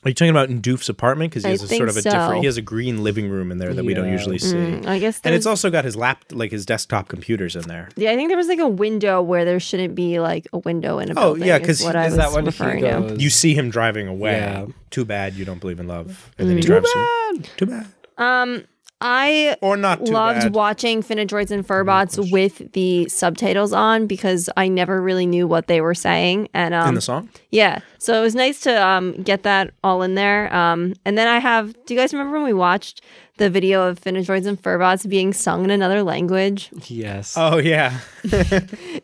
E: Are you talking about in Doof's apartment? Because he
C: I
E: has a sort
C: think
E: of a
C: so.
E: different. He has a green living room in there that we don't
F: Yeah.
E: usually see.
C: mm, I guess.
E: And it's
C: there's-
E: also got his lap, like his desktop computers in there.
C: Yeah, I think there was like a window where there shouldn't be like a window in a
E: Oh,
C: building.
E: yeah,
C: is
E: 'cause
C: what
E: he-
C: I
F: Is
C: was
F: that when
C: referring
F: he
C: to.
F: goes?
E: You see him driving away.
F: Yeah.
E: Too bad you don't believe in love. And then
C: Mm.
E: he drives. Too bad. Too bad.
C: Um, I
E: Or not too
C: loved
E: bad. Oh
C: watching Finadroids and Furbots with the subtitles on because I never really knew what they were saying, and um,
E: in the song.
C: Yeah. So it was nice to um, get that all in there. Um, and then I have, do you guys remember when we watched the video of Finidroids and Furbots being sung in another language?
F: Yes.
E: Oh yeah.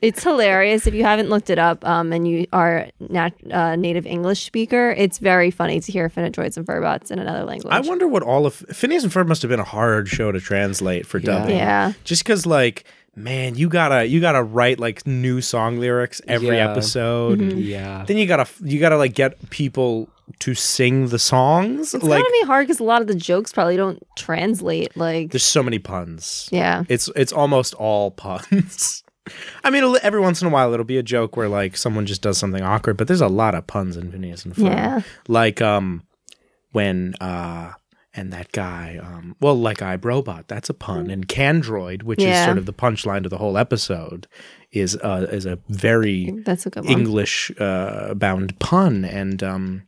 C: It's hilarious. If you haven't looked it up um, and you are nat- uh, native English speaker, it's very funny to hear Finidroids and Furbots in another language.
E: I wonder what all of Phineas and Ferb must have been a hard show to translate for dubbing.
C: Yeah.
E: Just because, like, man, you gotta you gotta write like new song lyrics every
F: Yeah.
E: episode.
C: Mm-hmm.
F: yeah.
E: Then you gotta you gotta like get people to sing the songs.
C: It's
E: like,
C: gonna be hard because a lot of the jokes probably don't translate. Like,
E: there's so many puns.
C: yeah,
E: It's it's almost all puns. I mean, it'll- every once in a while it'll be a joke where like someone just does something awkward, but there's a lot of puns in Phineas and Ferb.
C: Yeah.
E: Like um, when uh, and that guy um, well, like I Robot, that's a pun, and Candroid, which
C: Yeah.
E: is sort of the punchline to the whole episode, is uh, is a very
C: that's a good one.
E: English uh, bound pun, and um,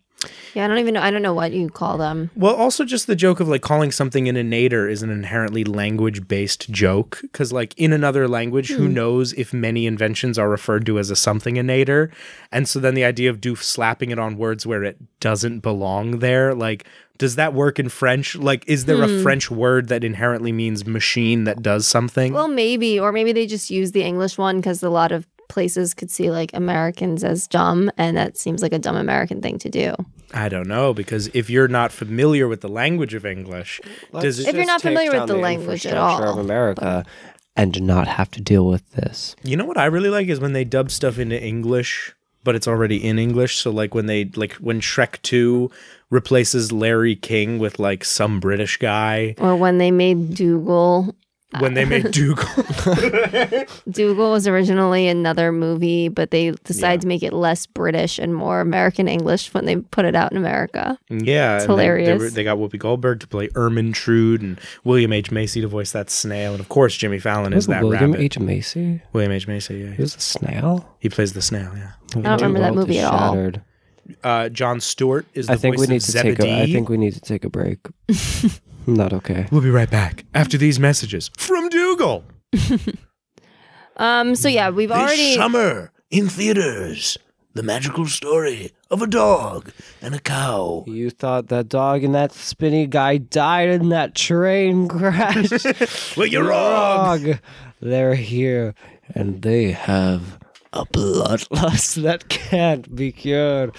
C: yeah, I don't even know. I don't know what you call them.
E: well, also just the joke of like calling something an innator is an inherently language based joke. Cause like in another language, who knows if many inventions are referred to as a something innator. And so then the idea of doof slapping it on words where it doesn't belong there, like, does that work in French? Like, is there a French word that inherently means machine that does something?
C: Well, maybe, or maybe they just use the English one because a lot of places could see like Americans as dumb, and that seems like a dumb American thing to do.
E: I don't know, because if you're not familiar with the language of English, does it
C: If you're not
F: Just take
C: familiar with
F: down
C: the language at
F: infrastructure
C: all,
F: of America, and not have to deal with this.
E: You know what I really like is when they dub stuff into English, but it's already in English. So like when they like when Shrek Two replaces Larry King with like some British guy.
C: Or when they made Dougal,
E: When they made Dougal,
C: Dougal was originally another movie, but they decided to make it less British and more American English when they put it out in America.
E: yeah, and they- They,
C: hilarious.
E: were- they got Whoopi Goldberg to play Ermintrude and William H Macy to voice that snail, and of course Jimmy Fallon is that
F: William
E: rabbit.
F: H. Macy?
E: William H Macy, yeah,
F: He
E: he,
F: was a snail.
E: he plays the snail. Yeah,
F: I
C: don't remember that movie at all.
E: uh, John Stewart is the
F: I think
E: voice
F: we need
E: of
F: to
E: Zebedee.
F: take. A, I think we need to take a break. not okay.
E: we'll be right back after these messages from Dougal.
C: Um. So yeah, we've already.
H: summer in theaters. The magical story of a dog and a cow.
F: You thought that dog and that spinny guy died in that train crash.
H: Well, you're
F: Dog, they're here, and they have a bloodlust that can't be cured.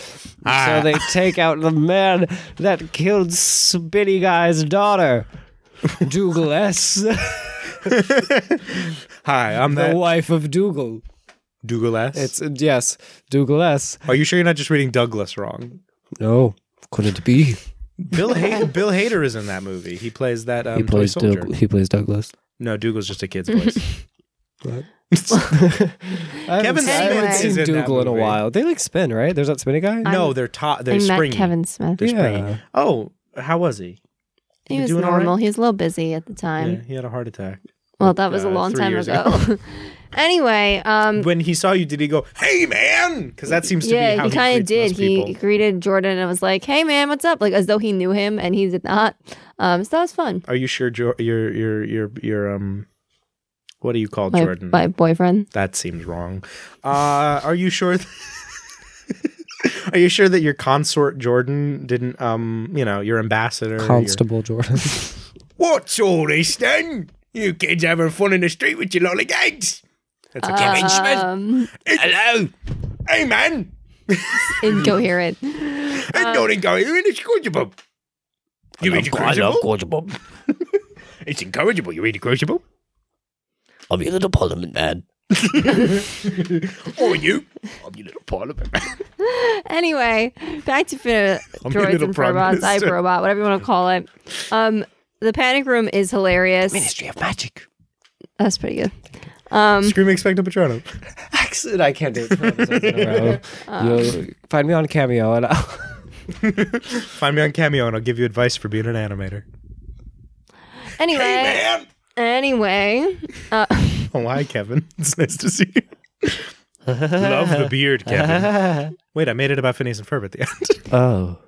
F: So
E: Ah.
F: they take out the man that killed Spinny Guy's daughter, Dougal S,
E: Hi, I'm
F: the
E: that
F: wife of Dougal.
E: Dougal S.
F: It's yes, Dougal S.
E: Are you sure you're not just reading Douglas wrong?
F: No, couldn't be.
E: Bill ha- Bill Hader is in that movie. He plays that. Um,
F: He
E: toy
F: plays
E: soldier.
F: Doug- he plays Douglas.
E: No, Dougal's just a kid's voice.
F: I haven't-
E: Kevin
F: I haven't
C: Smith
F: seen
E: is in that
F: Dougal in a
E: movie.
F: while. They like spin, right? There's that spinny guy.
E: no, they're ta-
C: I
E: they're
C: met
E: springy.
C: Kevin Smith.
E: They're
F: Yeah.
E: springy. Oh, how was he?
C: He
E: You
C: was
E: doing all right?
C: normal. He was a little busy at the
E: Yeah,
C: time.
E: he had a heart attack.
C: Well, that was a
E: uh,
C: long
E: three
C: time
E: years
C: ago. anyway, um,
E: When he saw you, did he go, "Hey, man"? Because that seems to be
C: yeah,
E: how
C: he kind of did. He
E: He
C: greeted Jordan and was like, "Hey, man, what's up?" Like as though he knew him, and he did not. Um, so that was fun.
E: Are you sure jo- your your your your um, what do you call
C: My,
E: Jordan?
C: my boyfriend.
E: That seems wrong. Uh, are you sure? th- are you sure that your consort Jordan didn't um, you know, your ambassador? your-
F: Constable Jordan.
E: What's all this then? You kids having fun in the street with your lollygags? That's a Kevin Smith.
C: Um,
E: Hello. Hey man,
C: incoherent. Um,
E: I'm not encouraging. It's incorrigible. You read the
H: I love
E: crucible?
H: Quadruple.
E: It's incorrigible. You read the crucible?
H: I'm your little parliament man.
E: Or you?
H: I'm your little parliament man.
C: anyway, back to fin-
E: I'm your
C: droids
E: little
C: and
E: prime
C: robots,
E: minister.
C: iRobot, whatever you want to call it. Um, the panic room is hilarious.
H: History of magic.
C: That's pretty good. Um,
E: Scream expecto patronum.
F: accent. I can't do it. 12 episodes in a row. Um, You'll find me on Cameo, and I'll,
C: Oh.
E: Find me on Cameo and I'll give you advice for being an animator.
C: anyway, anyway,
E: Oh, hi, Kevin. It's nice to see you. Love the beard, Kevin. Wait, I made it about Phineas and Ferb at the end.
F: oh,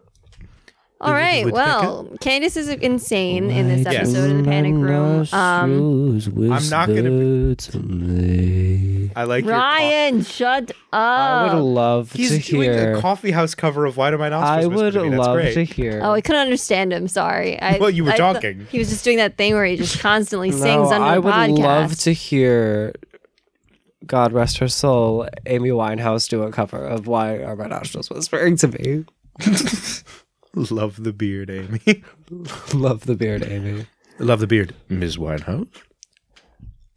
C: all right.
E: would
C: Well, Candace is insane in this
E: Yes.
C: episode of the panic room. Um,
E: I'm not gonna I like your
C: Ryan, shut
F: I would
C: up.
F: love
E: coff- He's
F: to
E: doing
F: hear.
E: a coffee house cover of Why Do My Nostrils
F: I would
E: Whisper to Me? That's
F: love
E: great.
F: to hear.
C: Oh, I couldn't understand him. Sorry. I,
E: Well, you were
C: I thought-
E: talking.
C: He was just doing that thing where he just constantly
F: No,
C: sings under
F: I
C: the
F: would
C: podcast.
F: love to hear. God rest her soul. Amy Winehouse do a cover of "Why Are My Nostrils Whispering to Me."
E: Love the beard, Amy.
F: Love the beard, Amy.
E: love the beard, Ms. Winehouse.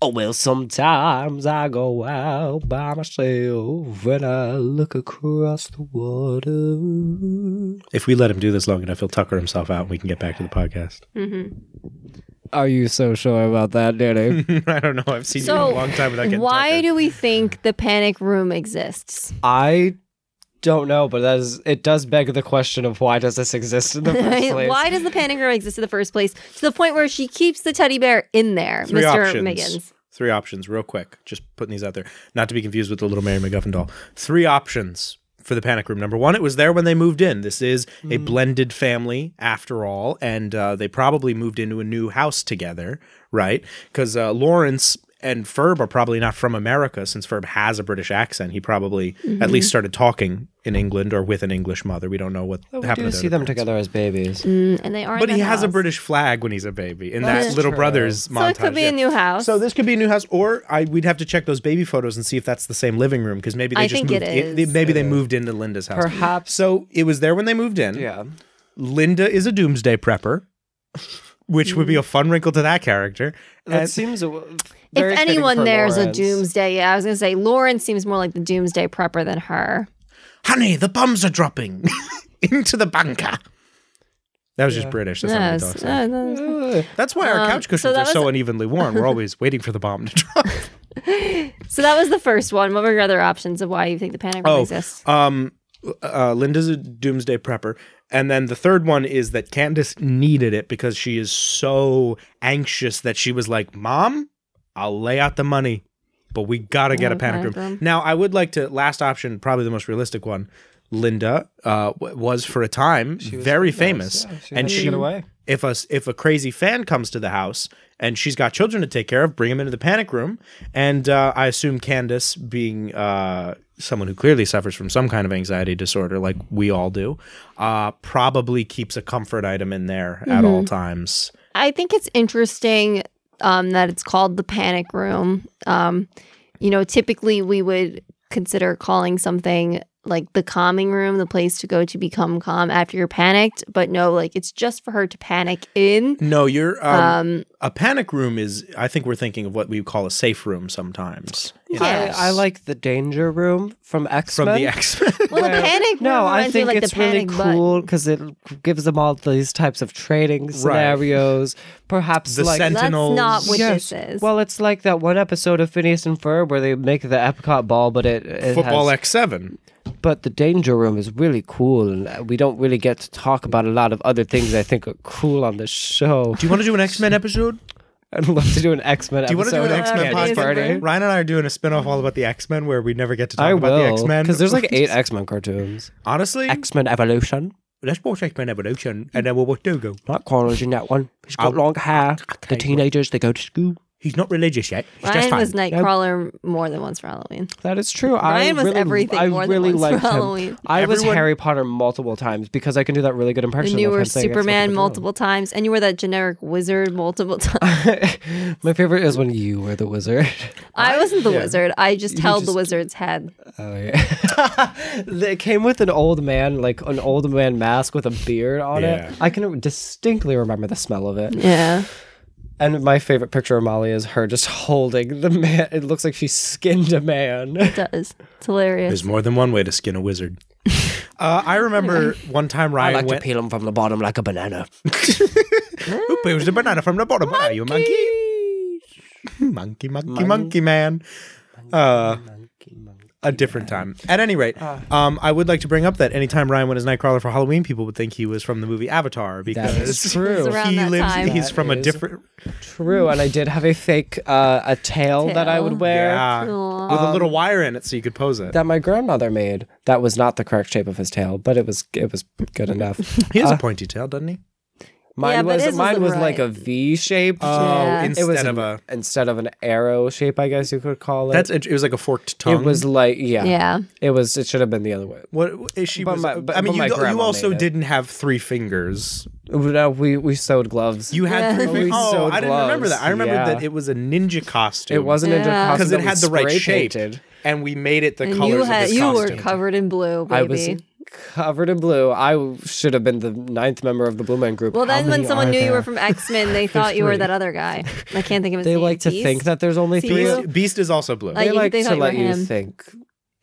F: Oh well, sometimes I go out by myself and I look across the water.
E: If we let him do this long enough, he'll tucker himself out and we can get back to the podcast.
F: Are you so sure about that, Danny?
E: I don't know. I've seen you
C: So,
E: in a long time without getting
C: Why
E: tuckered.
C: do we think the panic room exists?
F: I don't know, but that is it does beg the question of why does this exist in the first place?
C: Why does the panic room exist in the first place? To the point where she keeps the teddy bear in there,
E: Three
C: Mr.
E: options.
C: Miggins.
E: Three options, real quick. Just putting these out there, not to be confused with the Little Mary McGuffin doll. Three options for the panic room. Number one, it was there when they moved in. This is a blended family, after all, and uh, they probably moved into a new house together, right? Because uh, Lawrence and Ferb are probably not from America, since Ferb has a British accent. He probably at least started talking in England or with an English mother. We don't know what
F: Oh, we
E: happened.
F: do
E: to their
F: see them
E: parents.
F: together as babies.
C: Mm, and they are. in
E: But he
C: the
E: has a
C: house.
E: British flag when he's a baby in
F: That
E: that
F: is
E: little
F: true.
E: brother's
C: So
E: montage.
C: it could be
E: yeah.
C: a new house.
E: So this could be a new house, or I, we'd have to check those baby photos and see if that's the same living room because maybe they
C: I
E: just
C: think
E: moved.
C: it
E: in- they-
C: is.
E: maybe they moved into Linda's house.
F: Perhaps-
E: So it was there when they moved in.
F: Yeah.
E: Linda is a doomsday prepper, which would be a fun wrinkle to that character.
F: That
E: And-
F: seems a, very
C: if
F: fitting
C: anyone
F: for
C: there's
F: Lawrence.
C: a doomsday, yeah, I was gonna say Lauren seems more like the doomsday prepper than her.
E: honey, the bombs are dropping into the bunker. That was just British. That's, not what
C: Yes.
E: dogs say.
C: Uh, no.
E: That's why our couch cushions
C: that
E: are so
C: was-
E: unevenly worn. We're always waiting for the bomb to drop.
C: So that was the first one. What were your other options of why you think the panic room
E: Oh,
C: exists?
E: Um, uh, Linda's a doomsday prepper, and then the third one is that Candace needed it because she is so anxious that she was like, "Mom, I'll lay out the money, but we gotta get a panic room."
C: panic room.
E: Now, I would like to last option, probably the most realistic one. Linda uh, w- was for a time very famous, and she if a if a crazy fan comes to the house and she's got children to take care of, bring them into the panic room. And uh, I assume Candace, being uh, someone who clearly suffers from some kind of anxiety disorder, like we all do, uh, probably keeps a comfort item in there at all times.
C: I think it's interesting um, that it's called the panic room. Um, you know, typically we would consider calling something like the calming room, the place to go to become calm after you're panicked. But no, like it's just for her to panic in.
E: No, you're um,
C: Um,
E: a panic room is. I think we're thinking of what we call a safe room sometimes.
C: Yeah.
F: I, I like the danger room from X Men.
E: from the X Men.
C: well, the panic room
F: No, I
C: reminds me of,
F: think
C: like
F: it's
C: the panic
F: really cool because it gives them all these types of training scenarios. Perhaps
E: The
F: like
E: sen-
C: That's not
E: Sentinels.
C: what
F: Yes.
C: this is.
F: well, it's like that one episode of Phineas and Ferb where they make the Epcot ball, but it, it
E: Football
F: has,
E: X Seven.
F: but the danger room is really cool, and uh, we don't really get to talk about a lot of other things I think are cool on this show.
E: Do you want to do an X Men episode?
F: I'd love to do an X Men.
E: Do you want to do an X Men
C: Candy's
E: podcast?
C: Party.
E: Ryan and I are doing a spin-off all about the X Men where we never get to talk
F: I
E: about the X
F: will
E: Men
F: because there's like eight X Men cartoons.
E: honestly.
F: X Men Evolution.
E: let's watch X Men Evolution and then we'll watch Dogo.
F: Not chronology in that one. He's got
E: I'll-
F: long hair.
E: Okay,
F: The teenagers they go to school.
E: He's not religious yet. He's just
C: Ryan
E: fine.
C: was Nightcrawler more than once for Halloween.
F: That is true.
C: Ryan
F: I
C: was
F: really,
C: everything
F: I
C: more than
F: really
C: once for
F: liked him.
C: Halloween.
F: I was
E: Everyone-
F: Harry Potter multiple times because I can do that really good impression.
C: And you
F: of
C: were
F: him saying X-Men
C: Superman
F: to the
C: multiple times, and you were that generic wizard multiple times.
F: villain. My favorite is when you were the wizard.
C: I wasn't the wizard. I just held the
F: just-
C: wizard's head.
F: Oh yeah. it came with an old man, like an old man mask with a beard on
E: Yeah.
F: it. I can distinctly remember the smell of it.
C: Yeah.
F: And my favorite picture of Molly is her just holding the man. It looks like she skinned a man.
C: It does. It's hilarious.
E: There's more than one way to skin a wizard. uh, I remember one time Ryan went.
F: peel him from the bottom like a banana.
E: Who peels the banana from the bottom? Why Are you a monkey? Monkey, monkey, monkey man. Uh, a different time. At any rate,
F: Ah.
E: um, I would like to bring up that anytime Ryan went as Nightcrawler for Halloween, people would think he was from the movie Avatar because
F: That is true.
C: around
E: he
C: that
E: lives.
C: time.
E: He's
F: That
E: from a
F: is-
E: different
F: True, and I did have a fake uh, a tail, that I would
C: Tail.
F: wear
E: yeah,
C: Aw.
E: with a little wire in it so you could pose it.
F: Um, that my grandmother made. That was not the correct shape of his tail, but it was it was good enough.
E: He
F: uh,
E: has a pointy tail, doesn't he?
F: Mine
C: Yeah, but
F: was
C: his
F: mine
C: wasn't
F: was like
C: right.
F: a V shape.
E: Oh,
C: Yeah.
E: instead
F: it was
E: of
F: an-
E: a
F: instead of an arrow shape, I guess you could call it.
E: that's it was like a forked tongue.
F: it was like yeah,
C: yeah.
F: It was it should have been the other way.
E: What is she
F: But
E: was?
F: my- but-
E: I mean,
F: but my
E: you, you
F: grandma
E: also
F: made it.
E: didn't have three fingers.
F: No, we we sewed gloves.
E: You had three
F: We
E: fingers. Oh,
F: sewed
E: I didn't remember that. I
F: gloves,
E: remember
F: yeah.
E: that it was a ninja costume.
F: it wasn't
C: Yeah.
F: because
E: because it had the right shape,
F: Painted.
E: and we made it the
C: And
E: colors
C: you had
E: of his
C: you
E: costume.
C: were covered in blue, baby.
F: I was covered in blue. I should have been the ninth member of the Blue Man Group.
C: well,
F: How
C: then when
F: many
C: someone
F: are
C: knew you
F: there?
C: were from X Men, they thought you were that other guy. I can't think of his
F: they
C: name.
F: like to
C: Beast?
F: think that there's only
C: See
F: three.
C: you?
F: of-
E: Beast is also blue.
C: Like-
F: They
C: you-
F: like
C: they
F: to
C: thought you
F: let
C: were
F: you
C: him.
F: think that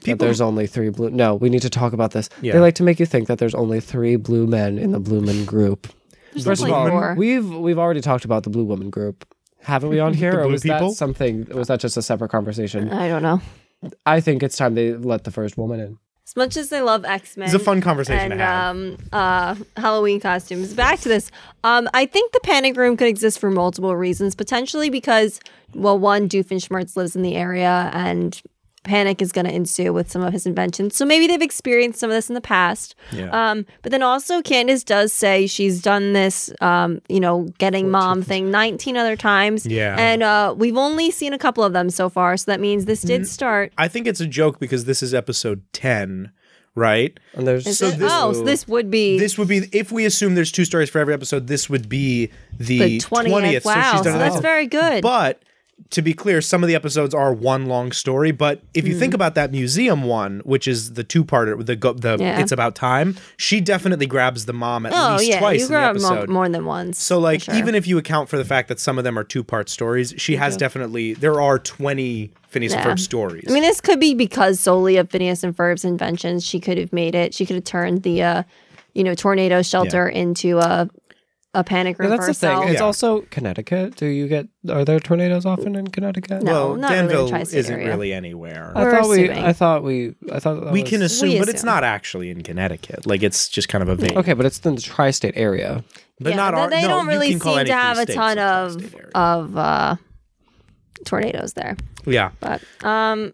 E: People-
F: there's only three blue. No, we need to talk about this.
E: Yeah.
F: They like to make you think that there's only three blue men in the Blue Men Group.
C: There's
F: First of
C: only
F: all,
C: four.
F: we've we've already talked about the Blue Woman Group. Haven't we on here, or
E: blue
F: was
E: people?
F: that something? Was that just a separate conversation?
C: I don't know.
F: I think it's time they let the first woman in.
C: As much as I love X Men,
E: It's a fun conversation
C: and
E: to have.
C: um, uh, Halloween costumes. Back to this. Um, I think the panic room could exist for multiple reasons. Potentially because, well, one, Doofenshmirtz lives in the area, and panic is going to ensue with some of his inventions. So maybe they've experienced some of this in the past. Um, but then also, Candace does say she's done this, um, you know, getting mom thing 19 other times.
E: Yeah.
C: And uh, we've only seen a couple of them so far. So that means this
E: Mm-hmm.
C: did start.
E: I think it's a joke because this is episode ten, right?
F: And there's
C: Is it- oh, so this would be.
E: This would be if we assume there's two stories for every episode. This would be the
C: the 20th.
E: twentieth.
C: Wow, so, that's very good.
E: But to be clear, some of the episodes are one long story. But if you
C: Hmm.
E: think about that museum one, which is the two parter, the go- the
C: Yeah.
E: it's about time. She definitely grabs the mom at
C: oh
E: least
C: yeah,
E: twice
C: you
E: in the
C: grow up
E: episode.
C: more, more than once.
E: so like
C: for sure.
E: even if you account for the fact that some of them are two part stories, she has definitely there are twenty Phineas and
C: Yeah.
E: Ferb stories.
C: I mean, this could be because solely of Phineas and Ferb's inventions, she could have made it. She could have turned the, uh, you know, tornado shelter into a a panic room
F: Yeah, that's
C: for
F: the
C: herself.
F: thing. It's
E: Yeah.
F: also Connecticut. Do you get are there tornadoes often in Connecticut?
C: No.
E: well,
C: not really in
E: Danville
C: Tri-State
E: isn't
C: area.
E: really anywhere.
F: I
C: We're
F: thought we.
C: assuming.
F: I thought we. I thought that
E: we
F: was-
E: can assume, but it's
C: assume.
E: not actually in Connecticut. Like it's just kind of a vague.
F: Okay, but it's in the tri-state area.
E: but
C: Yeah,
E: not our.
C: they
E: no,
C: don't
E: you
C: really
E: can call
C: seem
E: any
C: to
E: three
C: have a
E: states
C: ton
E: a
C: of
E: tri-state area.
C: of uh, tornadoes there.
E: yeah.
C: But um,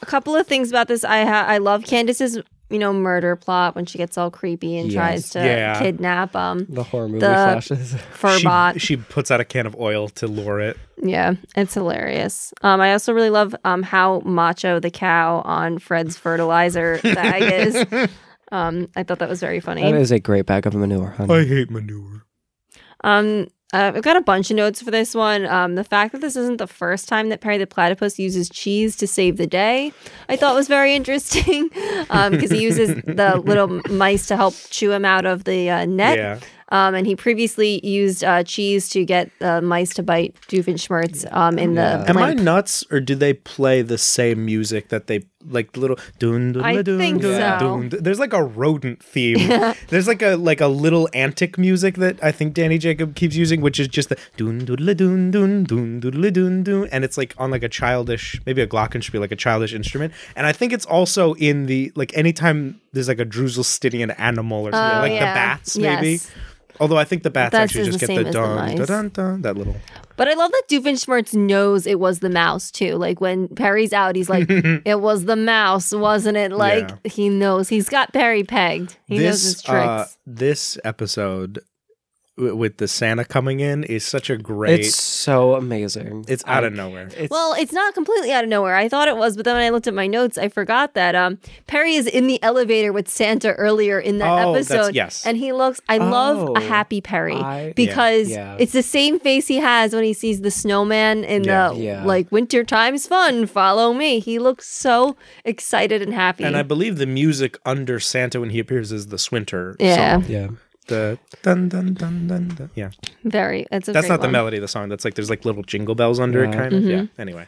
C: a couple of things about this. I ha- I love Candace's you know murder plot when she gets all creepy and tries to
E: Yeah.
C: kidnap um
F: The horror movie
C: The-
F: flashes.
C: Furbot.
E: She, she puts out a can of oil to lure it.
C: Yeah, it's hilarious. Um, I also really love um how macho the cow on Fred's fertilizer bag is. Um, I thought that was very funny.
F: That is a great bag of manure, honey.
E: hate manure.
C: um, uh, I've got a bunch of notes for this one. Um, the fact that this isn't the first time that Perry the Platypus uses cheese to save the day, I thought was very interesting. Um, because he uses the little mice to help chew him out of the uh, net.
E: Yeah.
C: Um, and he previously used uh, cheese to get the mice to bite Doofenshmirtz. Um, in the
E: Am I
C: lamp.
E: nuts, or do they play the same music that they like? the Little dun dun
C: I
E: dun,
C: think
E: dun,
C: so.
E: dun, dun. There's like a rodent theme. There's like a like a little antic music that I think Danny Jacob keeps using, which is just the dun dun dun dun dun dun dun dun, and it's like on like a childish, maybe a glockenspiel, like a childish instrument. And I think it's also in the like anytime there's like a Drusselstinian animal or something,
C: Oh,
E: like the
C: yeah.
E: bats, maybe.
C: Yes.
E: Although I think the bats
C: That's
E: actually
C: the
E: just get
C: same
E: the
C: as the
E: dun,
C: mice.
E: da dun, dun, that little.
C: But I love that Doofenshmirtz knows it was the mouse too. Like when Perry's out, he's like, "It was the mouse, wasn't it?" Like
E: Yeah.
C: he knows he's got Perry pegged. He knows his tricks.
E: uh, this episode w- with the Santa coming in is such a great.
F: It's
E: It's,
F: so amazing.
E: out
F: I-
E: of nowhere.
F: It's,
C: well, it's not completely out of nowhere. I thought it was, but then when I looked at my notes, I forgot that um, Perry is in the elevator with Santa earlier in that
E: Oh, that's-
C: episode.
E: yes.
C: and he looks. I love
F: Oh.
C: a happy Perry
F: I-
C: because
F: Yeah.
C: it's the same face he has when he sees the snowman in the
F: Yeah. Yeah.
C: like winter time's fun. Follow me. He looks so excited and happy.
E: And I believe the music under Santa when he appears is the Swinter.
C: yeah,
E: Song.
F: yeah.
E: The dun dun dun dun. dun. Yeah.
C: very. It's a
E: That's
C: great
E: not the
C: one. Mm-hmm.
E: melody of the song. That's like there's like little jingle bells under it,
F: Yeah.
E: kind of. Yeah. Anyway,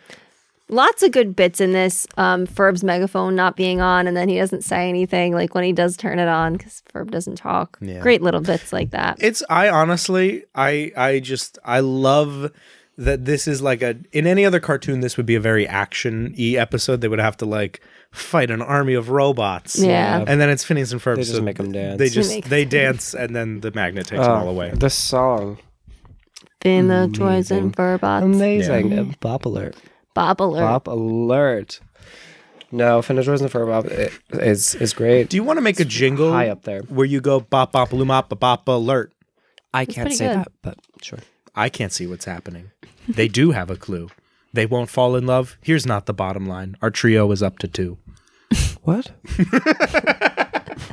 C: lots of good bits in this. Um, Ferb's megaphone not being on, and then he doesn't say anything. Like when he does turn it on, because Ferb doesn't talk. Great little bits like that.
E: it's I honestly I I just I love that this is like a in any other cartoon this would be a very action y episode. They would have to like fight an army of robots.
C: yeah.
E: And then it's Phineas and Ferb.
F: They just
E: so
F: make 'em dance.
E: They
F: They
E: just
C: make
E: they dance, and then the magnet takes them all away.
F: The song.
C: Been the toys and Ferbots.
F: Amazing. And Bop alert.
C: Bob alert.
F: Bop alert. No, Finnish Rose and Furbop i- is is great.
E: Do you want to make a jingle
F: high up there.
E: where you go bop bop lumop bop, bop alert?
F: I can't
C: pretty
F: say
C: good.
F: that, but sure.
E: I can't see what's happening. They do have a clue. They won't fall in love. Here's not the bottom line. Our trio is up to two.
F: What?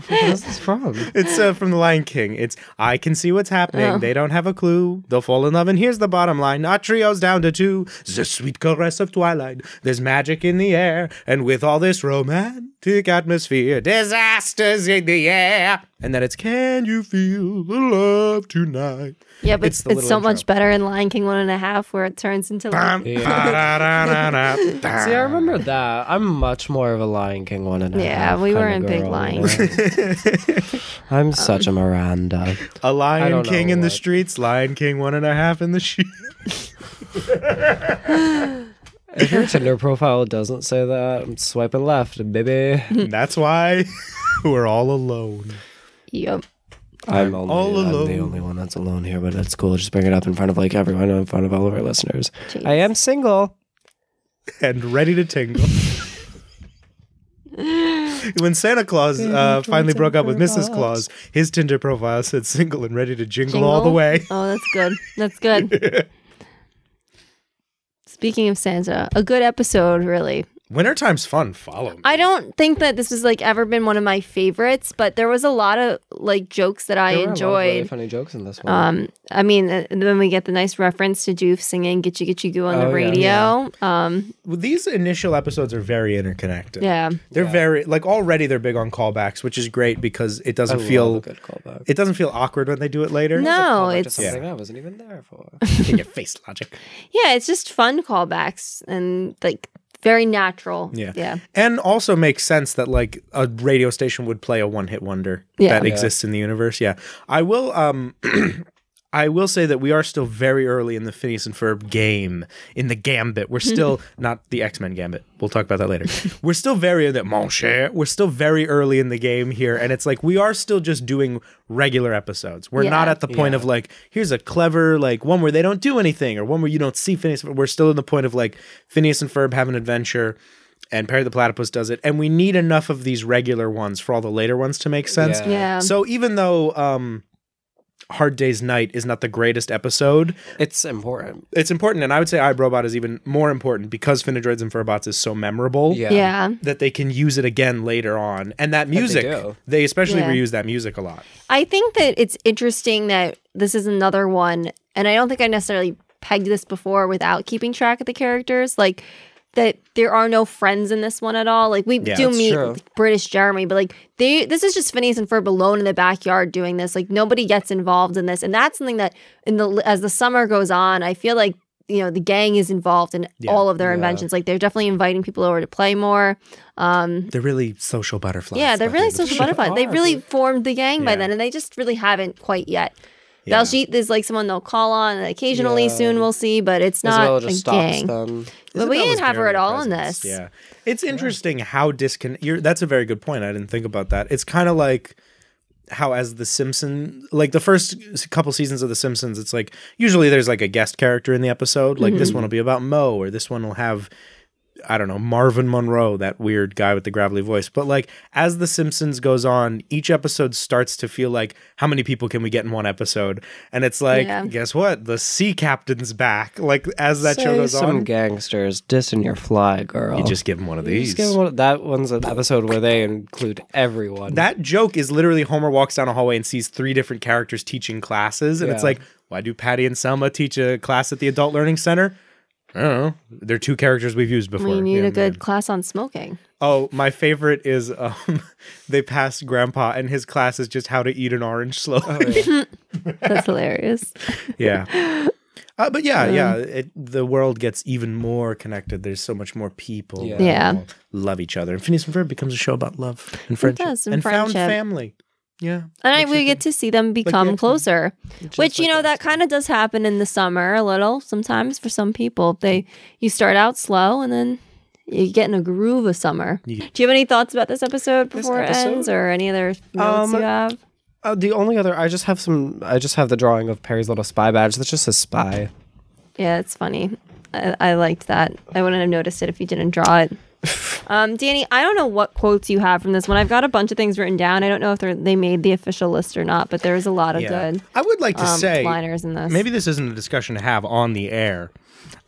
F: Where's this from?
E: It's uh, from The Lion King. It's I can see what's happening.
F: Oh.
E: They don't have a clue. They'll fall in love. And here's the bottom line. Our trio's down to two. The sweet caress of twilight. There's magic in the air. And with all this romantic atmosphere, disasters in the air. And then it's Can you feel the love tonight?
C: Yeah, but
E: It's
C: it's,
E: the little
C: so
E: intro.
C: much better in Lion King one and a half, where it turns into like,
E: Bum, ba-da-da-da-da, bum.
F: See, I remember that. I'm much more of a Lion King one and a
C: Yeah,
F: half
C: we were
F: kinda
C: in big Um.
F: girl,
C: Lion
F: you know? I'm such a Miranda.
E: A
F: I
E: Lion
F: don't
E: King
F: know
E: in the
F: what-
E: streets, Lion King one and a half in the sheep.
F: If your Tinder profile doesn't say that, I'm swiping left, baby.
E: That's why we're all alone.
C: yep.
F: I'm only,
E: all
F: I'm the
E: alone.
F: only one that's alone here, but that's cool. Just bring it up in front of like everyone, in front of all of our listeners. I am single.
E: and ready to tingle. when Santa Claus uh, finally broke up with Mrs. Claus, his Tinder profile said single and ready to jingle, all the
C: Jingle.
E: way.
C: Oh, that's good. That's good. Speaking of Santa, a good episode, really.
E: Wintertime's fun. Follow me.
C: I don't think that this has like ever been one of my favorites, but there was a lot of like jokes that I
F: There were a lot of really
C: enjoyed.
F: funny jokes in this one.
C: Um, I mean, uh, then we get the nice reference to Doof singing "Gitchy Gitchy Goo" on
F: Oh,
C: the
F: yeah.
C: radio. Um,
E: Well, These initial episodes are very interconnected.
C: yeah,
E: They're very like already they're big on callbacks, which is great because
F: I
E: it doesn't
F: love
E: feel
F: a Oh, good callback.
E: it doesn't feel awkward when they do it later.
C: no,
F: Callback to
C: it's yeah.
F: something I wasn't even there for.
E: in your face logic.
C: it's just fun callbacks and like very natural.
E: Yeah.
C: yeah,
E: And also makes sense that like a radio station would play a one-hit wonder
C: Yeah.
E: that
F: Yeah.
E: exists in the universe. Yeah. I will um I will say that we are still very early in the Phineas and Ferb game, in the gambit. We're still not the X Men gambit. We'll talk about that later. We're still very in that mon cher. We're still very early in the game here, and it's like we are still just doing regular episodes. We're not
C: Yeah.
E: at the point of like here's a clever like one where they don't do anything or one where you don't see Phineas. We're still in the point of like Phineas and Ferb have an adventure. And Perry the Platypus does it, and we need enough of these regular ones for all the later ones to make sense.
F: Yeah.
C: yeah.
E: So even though um Hard Day's Night is not the greatest episode,
F: It's important.
E: it's important and I would say iRobot is even more important because Finidroids and Furbots is so memorable.
F: Yeah.
C: yeah.
E: That they can use it again later on, and that music
F: do.
E: they, especially
C: Yeah.
E: reuse that music a lot.
C: I think that it's interesting that this is another one, and I don't think I necessarily pegged this before without keeping track of the characters. Like that there are no friends in this one at all. Like we
E: Yeah,
C: do
E: that's
C: meet
F: true.
C: British Jeremy, but like they this is just Phineas and Ferb alone in the backyard doing this. Like nobody gets involved in this, and that's something that in the as the summer goes on, I feel like you know the gang is involved in all of their inventions. Like they're definitely inviting people over to play more. Um,
E: They're really social butterflies.
C: yeah, they're
E: by
C: really
E: the end of
C: social
E: the show.
C: butterflies. They
F: are.
C: really formed the gang by
E: Yeah.
C: then, and they just really haven't quite yet.
E: Yeah.
C: Daljeet is like someone they'll call on occasionally.
F: Yeah.
C: Soon we'll see, but it's not
F: Isabella
C: a
F: just stops
C: gang.
F: them.
C: But we
E: Isabel
C: didn't
E: was
C: have her at
E: barely
C: all in
E: present.
C: this.
E: Yeah, it's interesting how disconnect. You're, that's a very good point. I didn't think about that. It's kind of like how as the Simpsons, like the first s- couple seasons of the Simpsons, it's like usually there's like a guest character in the episode. Like
C: Mm-hmm.
E: this one will be about Mo, or this one will have I don't know, Marvin Monroe, that weird guy with the gravelly voice. But like as The Simpsons goes on, each episode starts to feel like how many people can we get in one episode? And it's like,
C: Yeah.
E: guess what? The sea captain's back. Like as that show
F: Say
E: goes
F: some
E: on,
F: gangsters dissing your fly girl.
E: you just give him one of
F: Oh. You
E: these.
F: just give one- that one's an episode where they include everyone.
E: that joke is literally Homer walks down a hallway and sees three different characters teaching classes, and it's
F: Yeah.
E: like, why do Patty and Selma teach a class at the Adult Learning Center? I don't know. They're two characters we've used before.
C: We need
E: Yeah,
C: a good class on smoking.
E: Oh, my favorite is um, they pass Grandpa, and his class is just how to eat an orange slowly.
C: That's hilarious.
F: Oh,
E: yeah. Uh, but yeah,
F: Um,
E: yeah, it, the world gets even more connected. There's so much more people.
F: Yeah.
E: that
C: Yeah.
E: all Love each other. And Phineas and Ferb becomes a show about love and friendship
C: does, and
E: found
C: friendship.
E: family. Yeah.
C: And I, we get to see them become
E: actual-
C: closer, which you know that kind of does happen in the summer a little sometimes for some people. They you start out slow and then you get in a groove of summer. Do you have any thoughts about this episode before it ends, or any other notes
F: Um,
C: you have?
F: Uh, the only other, I just have some. I just have the drawing of Perry's little spy badge. That's just a spy.
C: Yeah, it's funny. I, I liked that. I wouldn't have noticed it if you didn't draw it. Um, Danny, I don't know what quotes you have from this one. I've got a bunch of things written down. I don't know if they're, they made the official list or not, but there's a lot of
E: Yeah.
C: good
E: I would like to
C: um,
E: say
C: liners in this.
E: maybe this isn't a discussion to have on the air,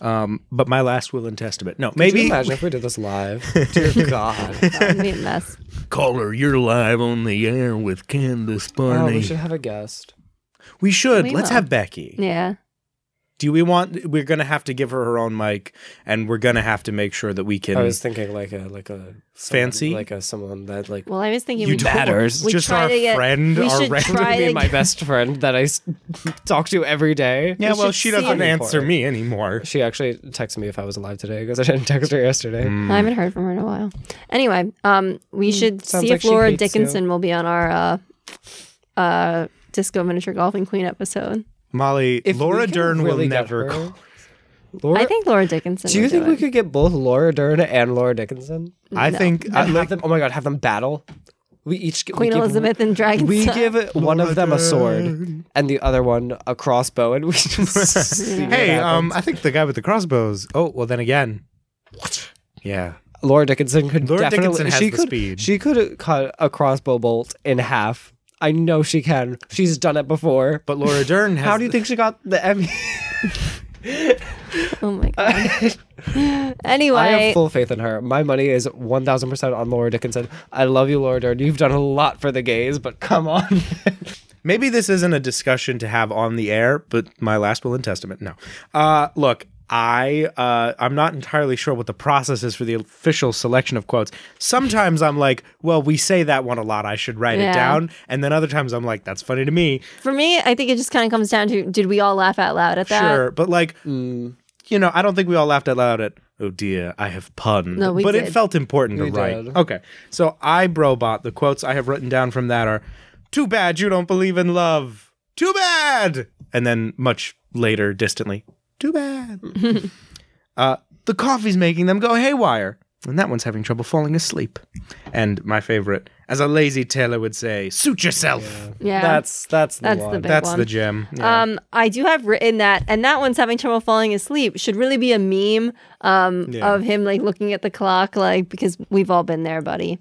E: um, but my last will and testament. No,
F: Could you
E: maybe
F: imagine if we did this live? Dear God.
C: That would be a mess.
H: Caller, you're live on the air with Candace
F: Oh,
H: Barney.
F: we should have a guest.
E: we should.
C: We
E: Let's
C: will.
E: have Becky.
C: Yeah.
E: Do we want? We're gonna have to give her her own mic, and we're gonna have to make sure that we can.
F: I was thinking like a like a someone-
E: Fancy?
F: like a someone that like
C: Well, I was thinking
E: You
C: we
E: don't-
F: matters.
C: We
E: just
C: try
E: our
C: to get-
E: friend,
C: we
E: our
C: should
E: reg-
C: try
F: be
C: to
F: my best friend that I s- talk to every day.
E: yeah,
C: we
E: well,
C: should
E: she
C: see
E: doesn't
C: if-
E: answer me anymore.
F: She actually texted me if I was alive today because I didn't text her yesterday.
E: Hmm.
C: I haven't heard from her in a while. Anyway, um, we should
F: Hmm. sounds
C: see
F: like
C: if
F: she
C: Laura
F: hates you.
C: Dickinson will be on our uh, uh, disco miniature golfing queen episode.
E: Molly,
F: If we
E: Laura
F: can
E: Dern
F: really get
E: will never.
F: her-
E: Call.
F: Laura,
C: I think Laura Dickinson.
F: do you
C: would
F: think
C: do
F: we
C: it.
F: could get both Laura Dern and Laura Dickinson?
E: I think uh, I,
F: And have
E: like,
F: them, oh my god, have them battle. We each get- we
C: Queen
F: give-
C: Elizabeth and Dragon?
F: We
C: Sun?
F: give one of them a sword and the other one a crossbow, and we just see what
E: hey, um,
F: happens.
E: I think the guy with the crossbows. Oh, well, then again, yeah,
F: Laura Dickinson could
E: Laura
F: definitely.
E: Dickinson has
F: she
E: the
F: could.
E: speed.
F: She could cut a crossbow bolt in half. I know she can. She's done it before.
E: but Laura Dern. Has
F: How do you
E: the-
F: think she got the E? Emmy?
C: Oh my god. anyway,
F: I have full faith in her. My money is one thousand percent on Laura Dickinson. I love you, Laura Dern. You've done a lot for the gays, but come on.
E: Maybe this isn't a discussion to have on the air, but my last will and testament. No, uh, look, I uh, I'm not entirely sure what the process is for the official selection of quotes. Sometimes I'm like, well, we say that one a lot. I should write
C: Yeah.
E: it down, and then other times I'm like, that's funny to me.
C: for me, I think it just kind of comes down to: Did we all laugh out loud at that? Mm.
E: Sure, but like, you know, I don't think we all laughed out loud at. Oh dear, I have punned.
C: No, we
E: but it
C: did.
E: felt important to
F: We
E: write.
F: did.
E: Okay, so I brobot the quotes I have written down from that are, "Too bad you don't believe in love. Too bad." And then much later, distantly, "Too bad." uh, the coffee's making them go haywire, and that one's having trouble falling asleep. And my favorite, as a lazy tailor would say, "Suit yourself."
C: Yeah,
F: That's that's the
C: That's the
F: one.
C: big
E: That's
C: one.
E: the gem. Yeah.
C: Um, I do have written that, and that one's having trouble falling asleep. Should really be a meme um,
E: Yeah.
C: of him like looking at the clock, like because we've all been there, buddy.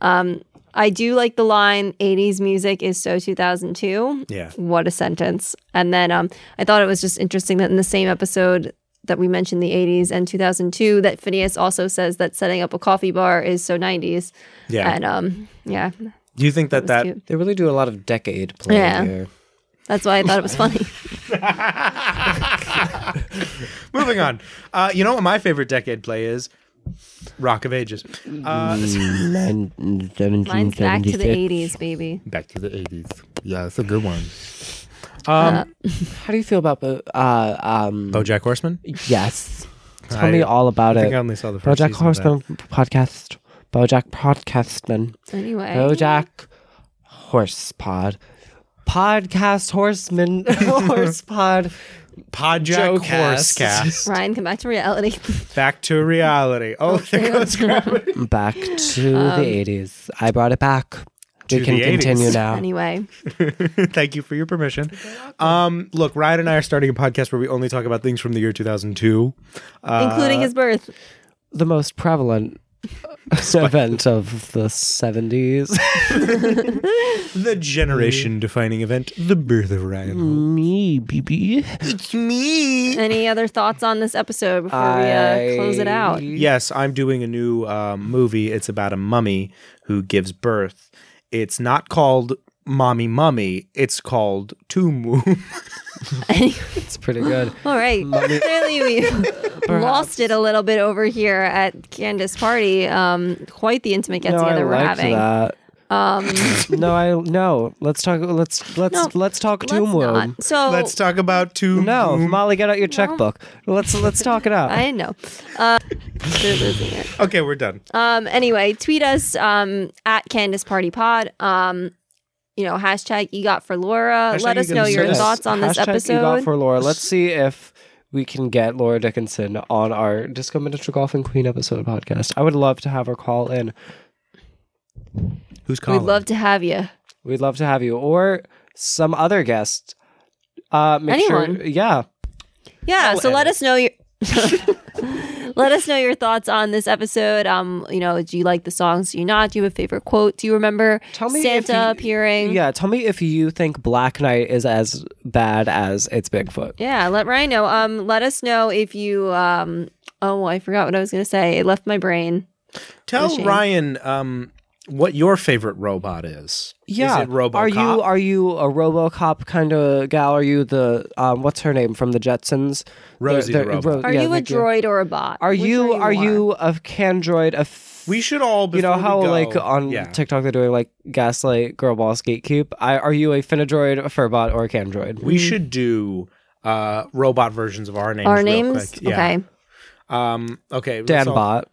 C: Um, I do like the line "80s music is so 2002."
E: Yeah.
C: what a sentence! And then um, I thought it was just interesting that in the same episode that we mentioned the 80s and 2002, that Phineas also says that setting up a coffee bar is so 90s.
E: Yeah.
C: and um, yeah,
E: Do you think that
C: that's
E: that
C: cute.
F: They really do a lot of decade play
C: Yeah.
F: here.
C: That's why I thought it was funny.
E: Moving on. Uh, you know what my favorite decade play is? Rock of Ages.
C: Mine's back to the 80s, baby.
H: Back to the 80s. Yeah, it's a good one.
F: How do you feel about Bo- uh um
E: BoJack Horseman.
F: yes. Tell
E: I-
F: me all about
E: I
F: it.
E: think I only saw the first
F: BoJack
E: season of that.
F: Horseman podcast. BoJack Podcastman.
C: Anyway,
F: BoJack Horse Pod. Podcast Horseman Horse Pod.
E: Podjack
F: Jocast.
E: Horsecast.
C: Ryan, come back to reality.
E: Back to reality. Oh, there goes gravity.
C: Um,
F: Back to the 80s. I brought it back. we
E: to
F: can
E: the 80s.
F: continue now.
C: Anyway,
E: Thank you for your permission. Um, look, Ryan and I are starting a podcast where we only talk about things from the year 2002.
F: Uh,
C: including his birth.
F: The most prevalent event of the 70s.
E: The
F: Mm.
E: generation defining event, the birth of Ryan.
A: Me, baby.
E: It's me.
C: Any other thoughts on this episode before we uh, close it out?
E: Yes, I'm doing a new uh, movie. It's about a mummy who gives birth. It's not called Mommy Mummy, it's called Tomb Womb.
F: It's pretty good.
C: All right. Clearly, we lost it a little bit over here at Candace party. Um, quite the intimate get
F: no, I
C: together we're
F: liked
C: having.
F: that. Um, no, I no. Let's talk. Let's let's
C: No,
F: let's talk
C: Let's
F: Tomb Womb.
C: not. So
E: Let's talk about Tomb
F: No,
E: Womb.
F: Molly, get out your checkbook. Let's let's talk it out.
C: I know. Uh, they're losing it.
E: Okay, we're done.
F: Uh,
C: Um, anyway, tweet us um, at Candace Party Pod. Um, you know, hashtag EGOT for Laura.
E: Hashtag
F: E
C: Let us
E: EGOT
C: know your
E: Yes.
C: thoughts on this
F: Hashtag you got
C: episode.
F: for Laura. Let's see if we can get Laura Dickinson on our Disco Miniature Golf and Queen episode podcast. I would love to have her call in.
E: Who's calling?
C: We'd love to have you.
F: We'd love to have you or some other guest. Uh, make Sure,
C: Anyone.
F: yeah.
C: Yeah. so let us know your. Let us know your thoughts on this episode. Um, you know, do you like the songs? Do you not? Do you have a favorite quote? Do you remember
F: Tell me if
C: Santa
F: you-
C: appearing?
F: Yeah. Tell me if you think Black Knight is as bad as it's Bigfoot.
C: Yeah, let Ryan know. Um, let us know if you. Um, oh, I forgot what I was gonna say. It left my brain.
E: Tell
C: Pushing.
E: Ryan um, what your favorite robot is.
F: Yeah.
E: Is it RoboCop?
F: Are you are you a RoboCop kind of gal? Are you the um, what's her name from the Jetsons?
E: Rosie the robot.
F: Ro-
C: Are
F: yeah,
C: you a
F: thank
C: droid or a bot?
F: Are
C: Which
F: you are you a candroid? A f-
E: we should all.
F: you know
E: before
F: how
E: we go-
F: like on
E: yeah.
F: TikTok they're doing like gaslight girl boss gatekeep. I, are you a finadroid, a furbot, or a candroid?
E: we should do uh, robot versions of our names.
C: Our
E: real
C: names?
E: quick. Yeah.
C: Okay.
E: Um. Okay. let's all-
F: Danbot.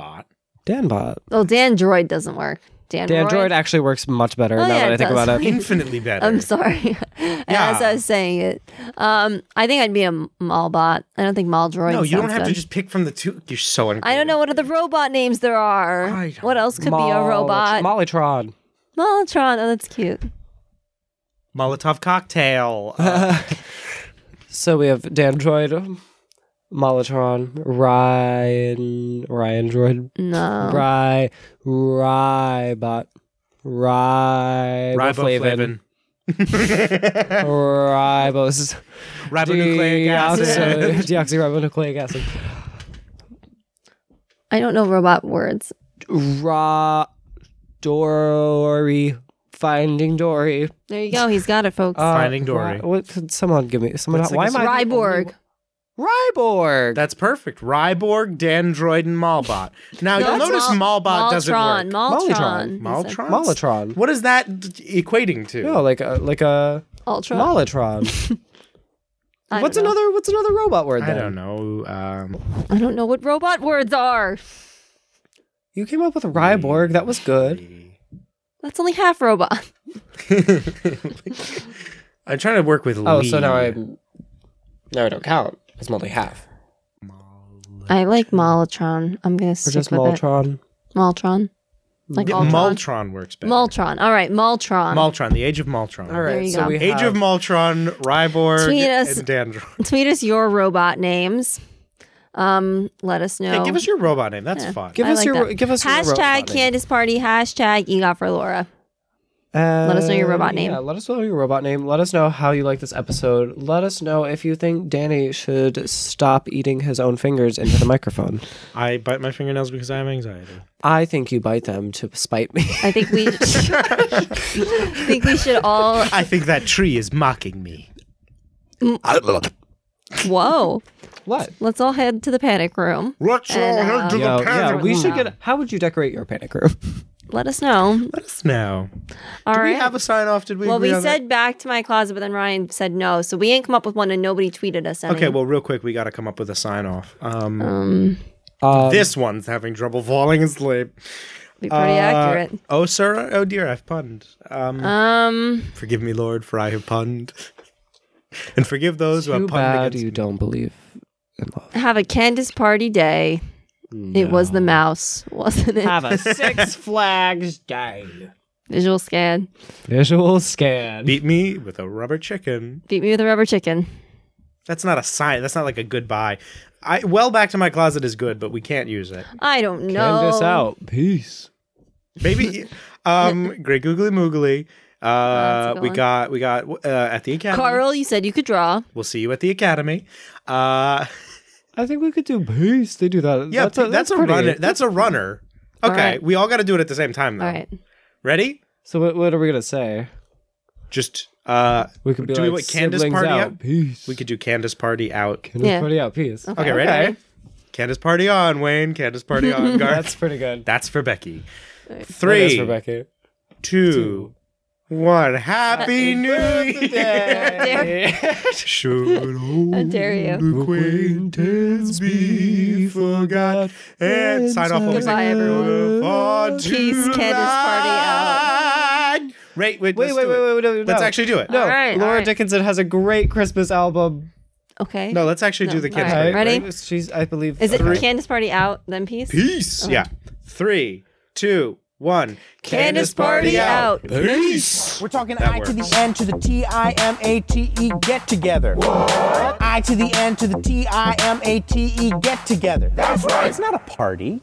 E: Danbot.
F: Danbot.
C: Well, Dandroid doesn't work. Dandroid.
F: Dandroid actually works much better
C: Oh,
F: now
C: yeah,
F: that
C: it
F: I think
C: does.
F: about it.
E: Infinitely better.
C: I'm sorry. As I was saying it, um, I think I'd be a Malbot. I don't think Maldroid.
E: no, you don't
C: sounds
E: have to
C: good.
E: just pick from the two. You're so.
C: I don't know what other robot names there are.
E: I don't-
C: What else could be a robot?
F: Mollytron.
C: Molotron. Oh, that's cute.
E: Molotov cocktail. Uh,
F: So we have Dandroid, Molotron, Ryan, Ryan Droid,
C: No.
F: Ry, Rybot, Riboflavin,
E: Riboflavin.
F: Ribos,
E: Ribonucleic acid.
F: deoxy- deoxyribonucleic acid,
C: I don't know robot words.
F: Ra, Dory, Finding Dory.
C: There you go. He's got it, folks.
F: Uh,
E: Finding
F: Ry-
E: Dory.
F: what, could someone give me someone?
E: That's
F: why
E: like
F: am
E: a
F: I?
C: Ryborg.
F: Ryborg.
E: That's perfect. Ryborg, Dendroid, and Malbot.
C: No,
E: Now you'll
C: it's
E: notice
C: Mal-
E: Malbot doesn't work.
C: Maltron. Maltron.
E: Maltron.
C: Is that-
F: Molotron.
E: What is that d- equating to?
F: No, like a like a
C: Ultron.
F: Molotron.
C: I don't
F: what's
C: know.
F: another what's another robot word?
E: I
F: then?
E: don't know. Um,
C: I don't know what robot words are.
F: You came up with Ryborg. That was good.
C: That's only half robot.
E: I'm trying to work with.
F: Oh, so
E: Lee.
F: now I'm now I don't count. It's only half.
C: I like Molotron. I'm gonna
F: Or
C: stick
F: just
C: with
F: Molotron.
C: it. Molotron. Like
E: Yeah,
C: Maltron.
E: Maltron works better.
C: Moltron. All right, Moltron.
E: Maltron, the Age of Maltron.
F: All
C: There
F: right.
C: you
F: So
C: go.
F: we
E: Age
F: have
E: of Maltron, Ryborg,
C: Tweet us.
E: and Dandroid.
C: Tweet us your robot names. Um, let us know.
E: Hey, give us your robot name. That's fun.
F: give
C: I
F: us
C: like
F: your
C: that.
F: give us your
C: hashtag
F: robot name.
C: Candace Party. Hashtag EGOT for Laura.
F: Let
C: us know your robot name.
F: Um, Yeah, let us know your robot name. Let us know how you like this episode. Let us know if you think Danny should stop eating his own fingers into the microphone.
E: I bite my fingernails because I have anxiety.
F: I think you bite them to spite me.
C: I think we think we should all.
E: I think that tree is mocking me.
C: Whoa!
F: what?
C: Let's all head to the panic room.
E: Let's
C: And,
E: all
C: uh,
E: head to
F: Yo,
E: the
F: yeah,
E: panic
F: we should
E: room.
F: get. How would you decorate your panic room?
C: Let us know.
E: Let us know.
C: All right.
E: Did we have a sign off? Did we?
C: well,
E: agree
C: we
E: on that?
C: said back to my closet, but then Ryan said no, so we ain't come up with one, and nobody tweeted us. Any.
E: Okay, well, real quick, we got to come up with a sign off. Um,
F: Um,
E: this one's having trouble falling asleep.
C: be pretty accurate.
E: Oh, sir. Oh, dear. I've punned. Um,
C: Um,
E: forgive me, Lord, for I have punned. and forgive those who
F: Too
E: have punned
F: bad
E: against
F: you
E: me.
F: don't believe in love.
C: have a Candace party day. It was the mouse, wasn't it?
F: Have a Six Flags day.
C: Visual scan.
F: Visual scan.
E: Beat me with a rubber chicken.
C: Beat me with a rubber chicken.
E: That's not a sign. That's not like a goodbye. I well back to my closet is good, but we can't use it.
C: I don't know.
F: End this out. Peace.
E: Maybe um Great Googly Moogly.
C: that's a
E: Uh,
C: good
E: we
C: one.
E: got we got uh, at the academy.
C: Carl, you said you could draw.
E: We'll see you at the academy. Uh,
F: I think we could do peace. They do that.
E: yeah, that's a,
F: pretty.
E: runner. That's a runner. Okay,
C: right.
E: we all got to do it at the same time though.
C: All right.
E: Ready?
F: So what, what are we gonna say?
E: Just uh,
F: We could be
E: Do we
F: like
E: want Candace
F: siblings
E: party
F: out.
E: up?
F: Peace.
E: we could do Candace party out.
F: Candace
C: Yeah.
F: party out. Peace.
E: Okay, ready? Candace party on, Wayne. Candace party on. Garth.
F: That's pretty good.
E: That's for Becky.
F: That's
E: Three, two, one.
F: Rebecca.
E: Happy New Year. Should
C: I dare you.
E: acquaintance be forgot? And sign off.
C: Goodbye, everyone. Peace, Candace party out.
E: out. Right, wait,
F: Wait,
E: let's
F: wait, wait,
E: do it.
F: wait, wait, no,
E: Let's
F: no.
E: actually do it.
F: No,
C: All right, all
F: Laura
C: right.
F: Dickinson has a great Christmas album.
C: Okay.
E: No, let's actually do the kids.
C: All right,
E: party.
C: ready?
F: She's, I believe.
C: Is it
F: Three.
C: Candace Party out, then peace?
E: Peace. Yeah. Three, two, one.
C: Candace Party out.
E: Peace.
B: We're talking
E: That
B: I to
E: works.
B: the N to the T I M A T E get together. I to the N to the T I M A T E get together. That's right. It's not a party.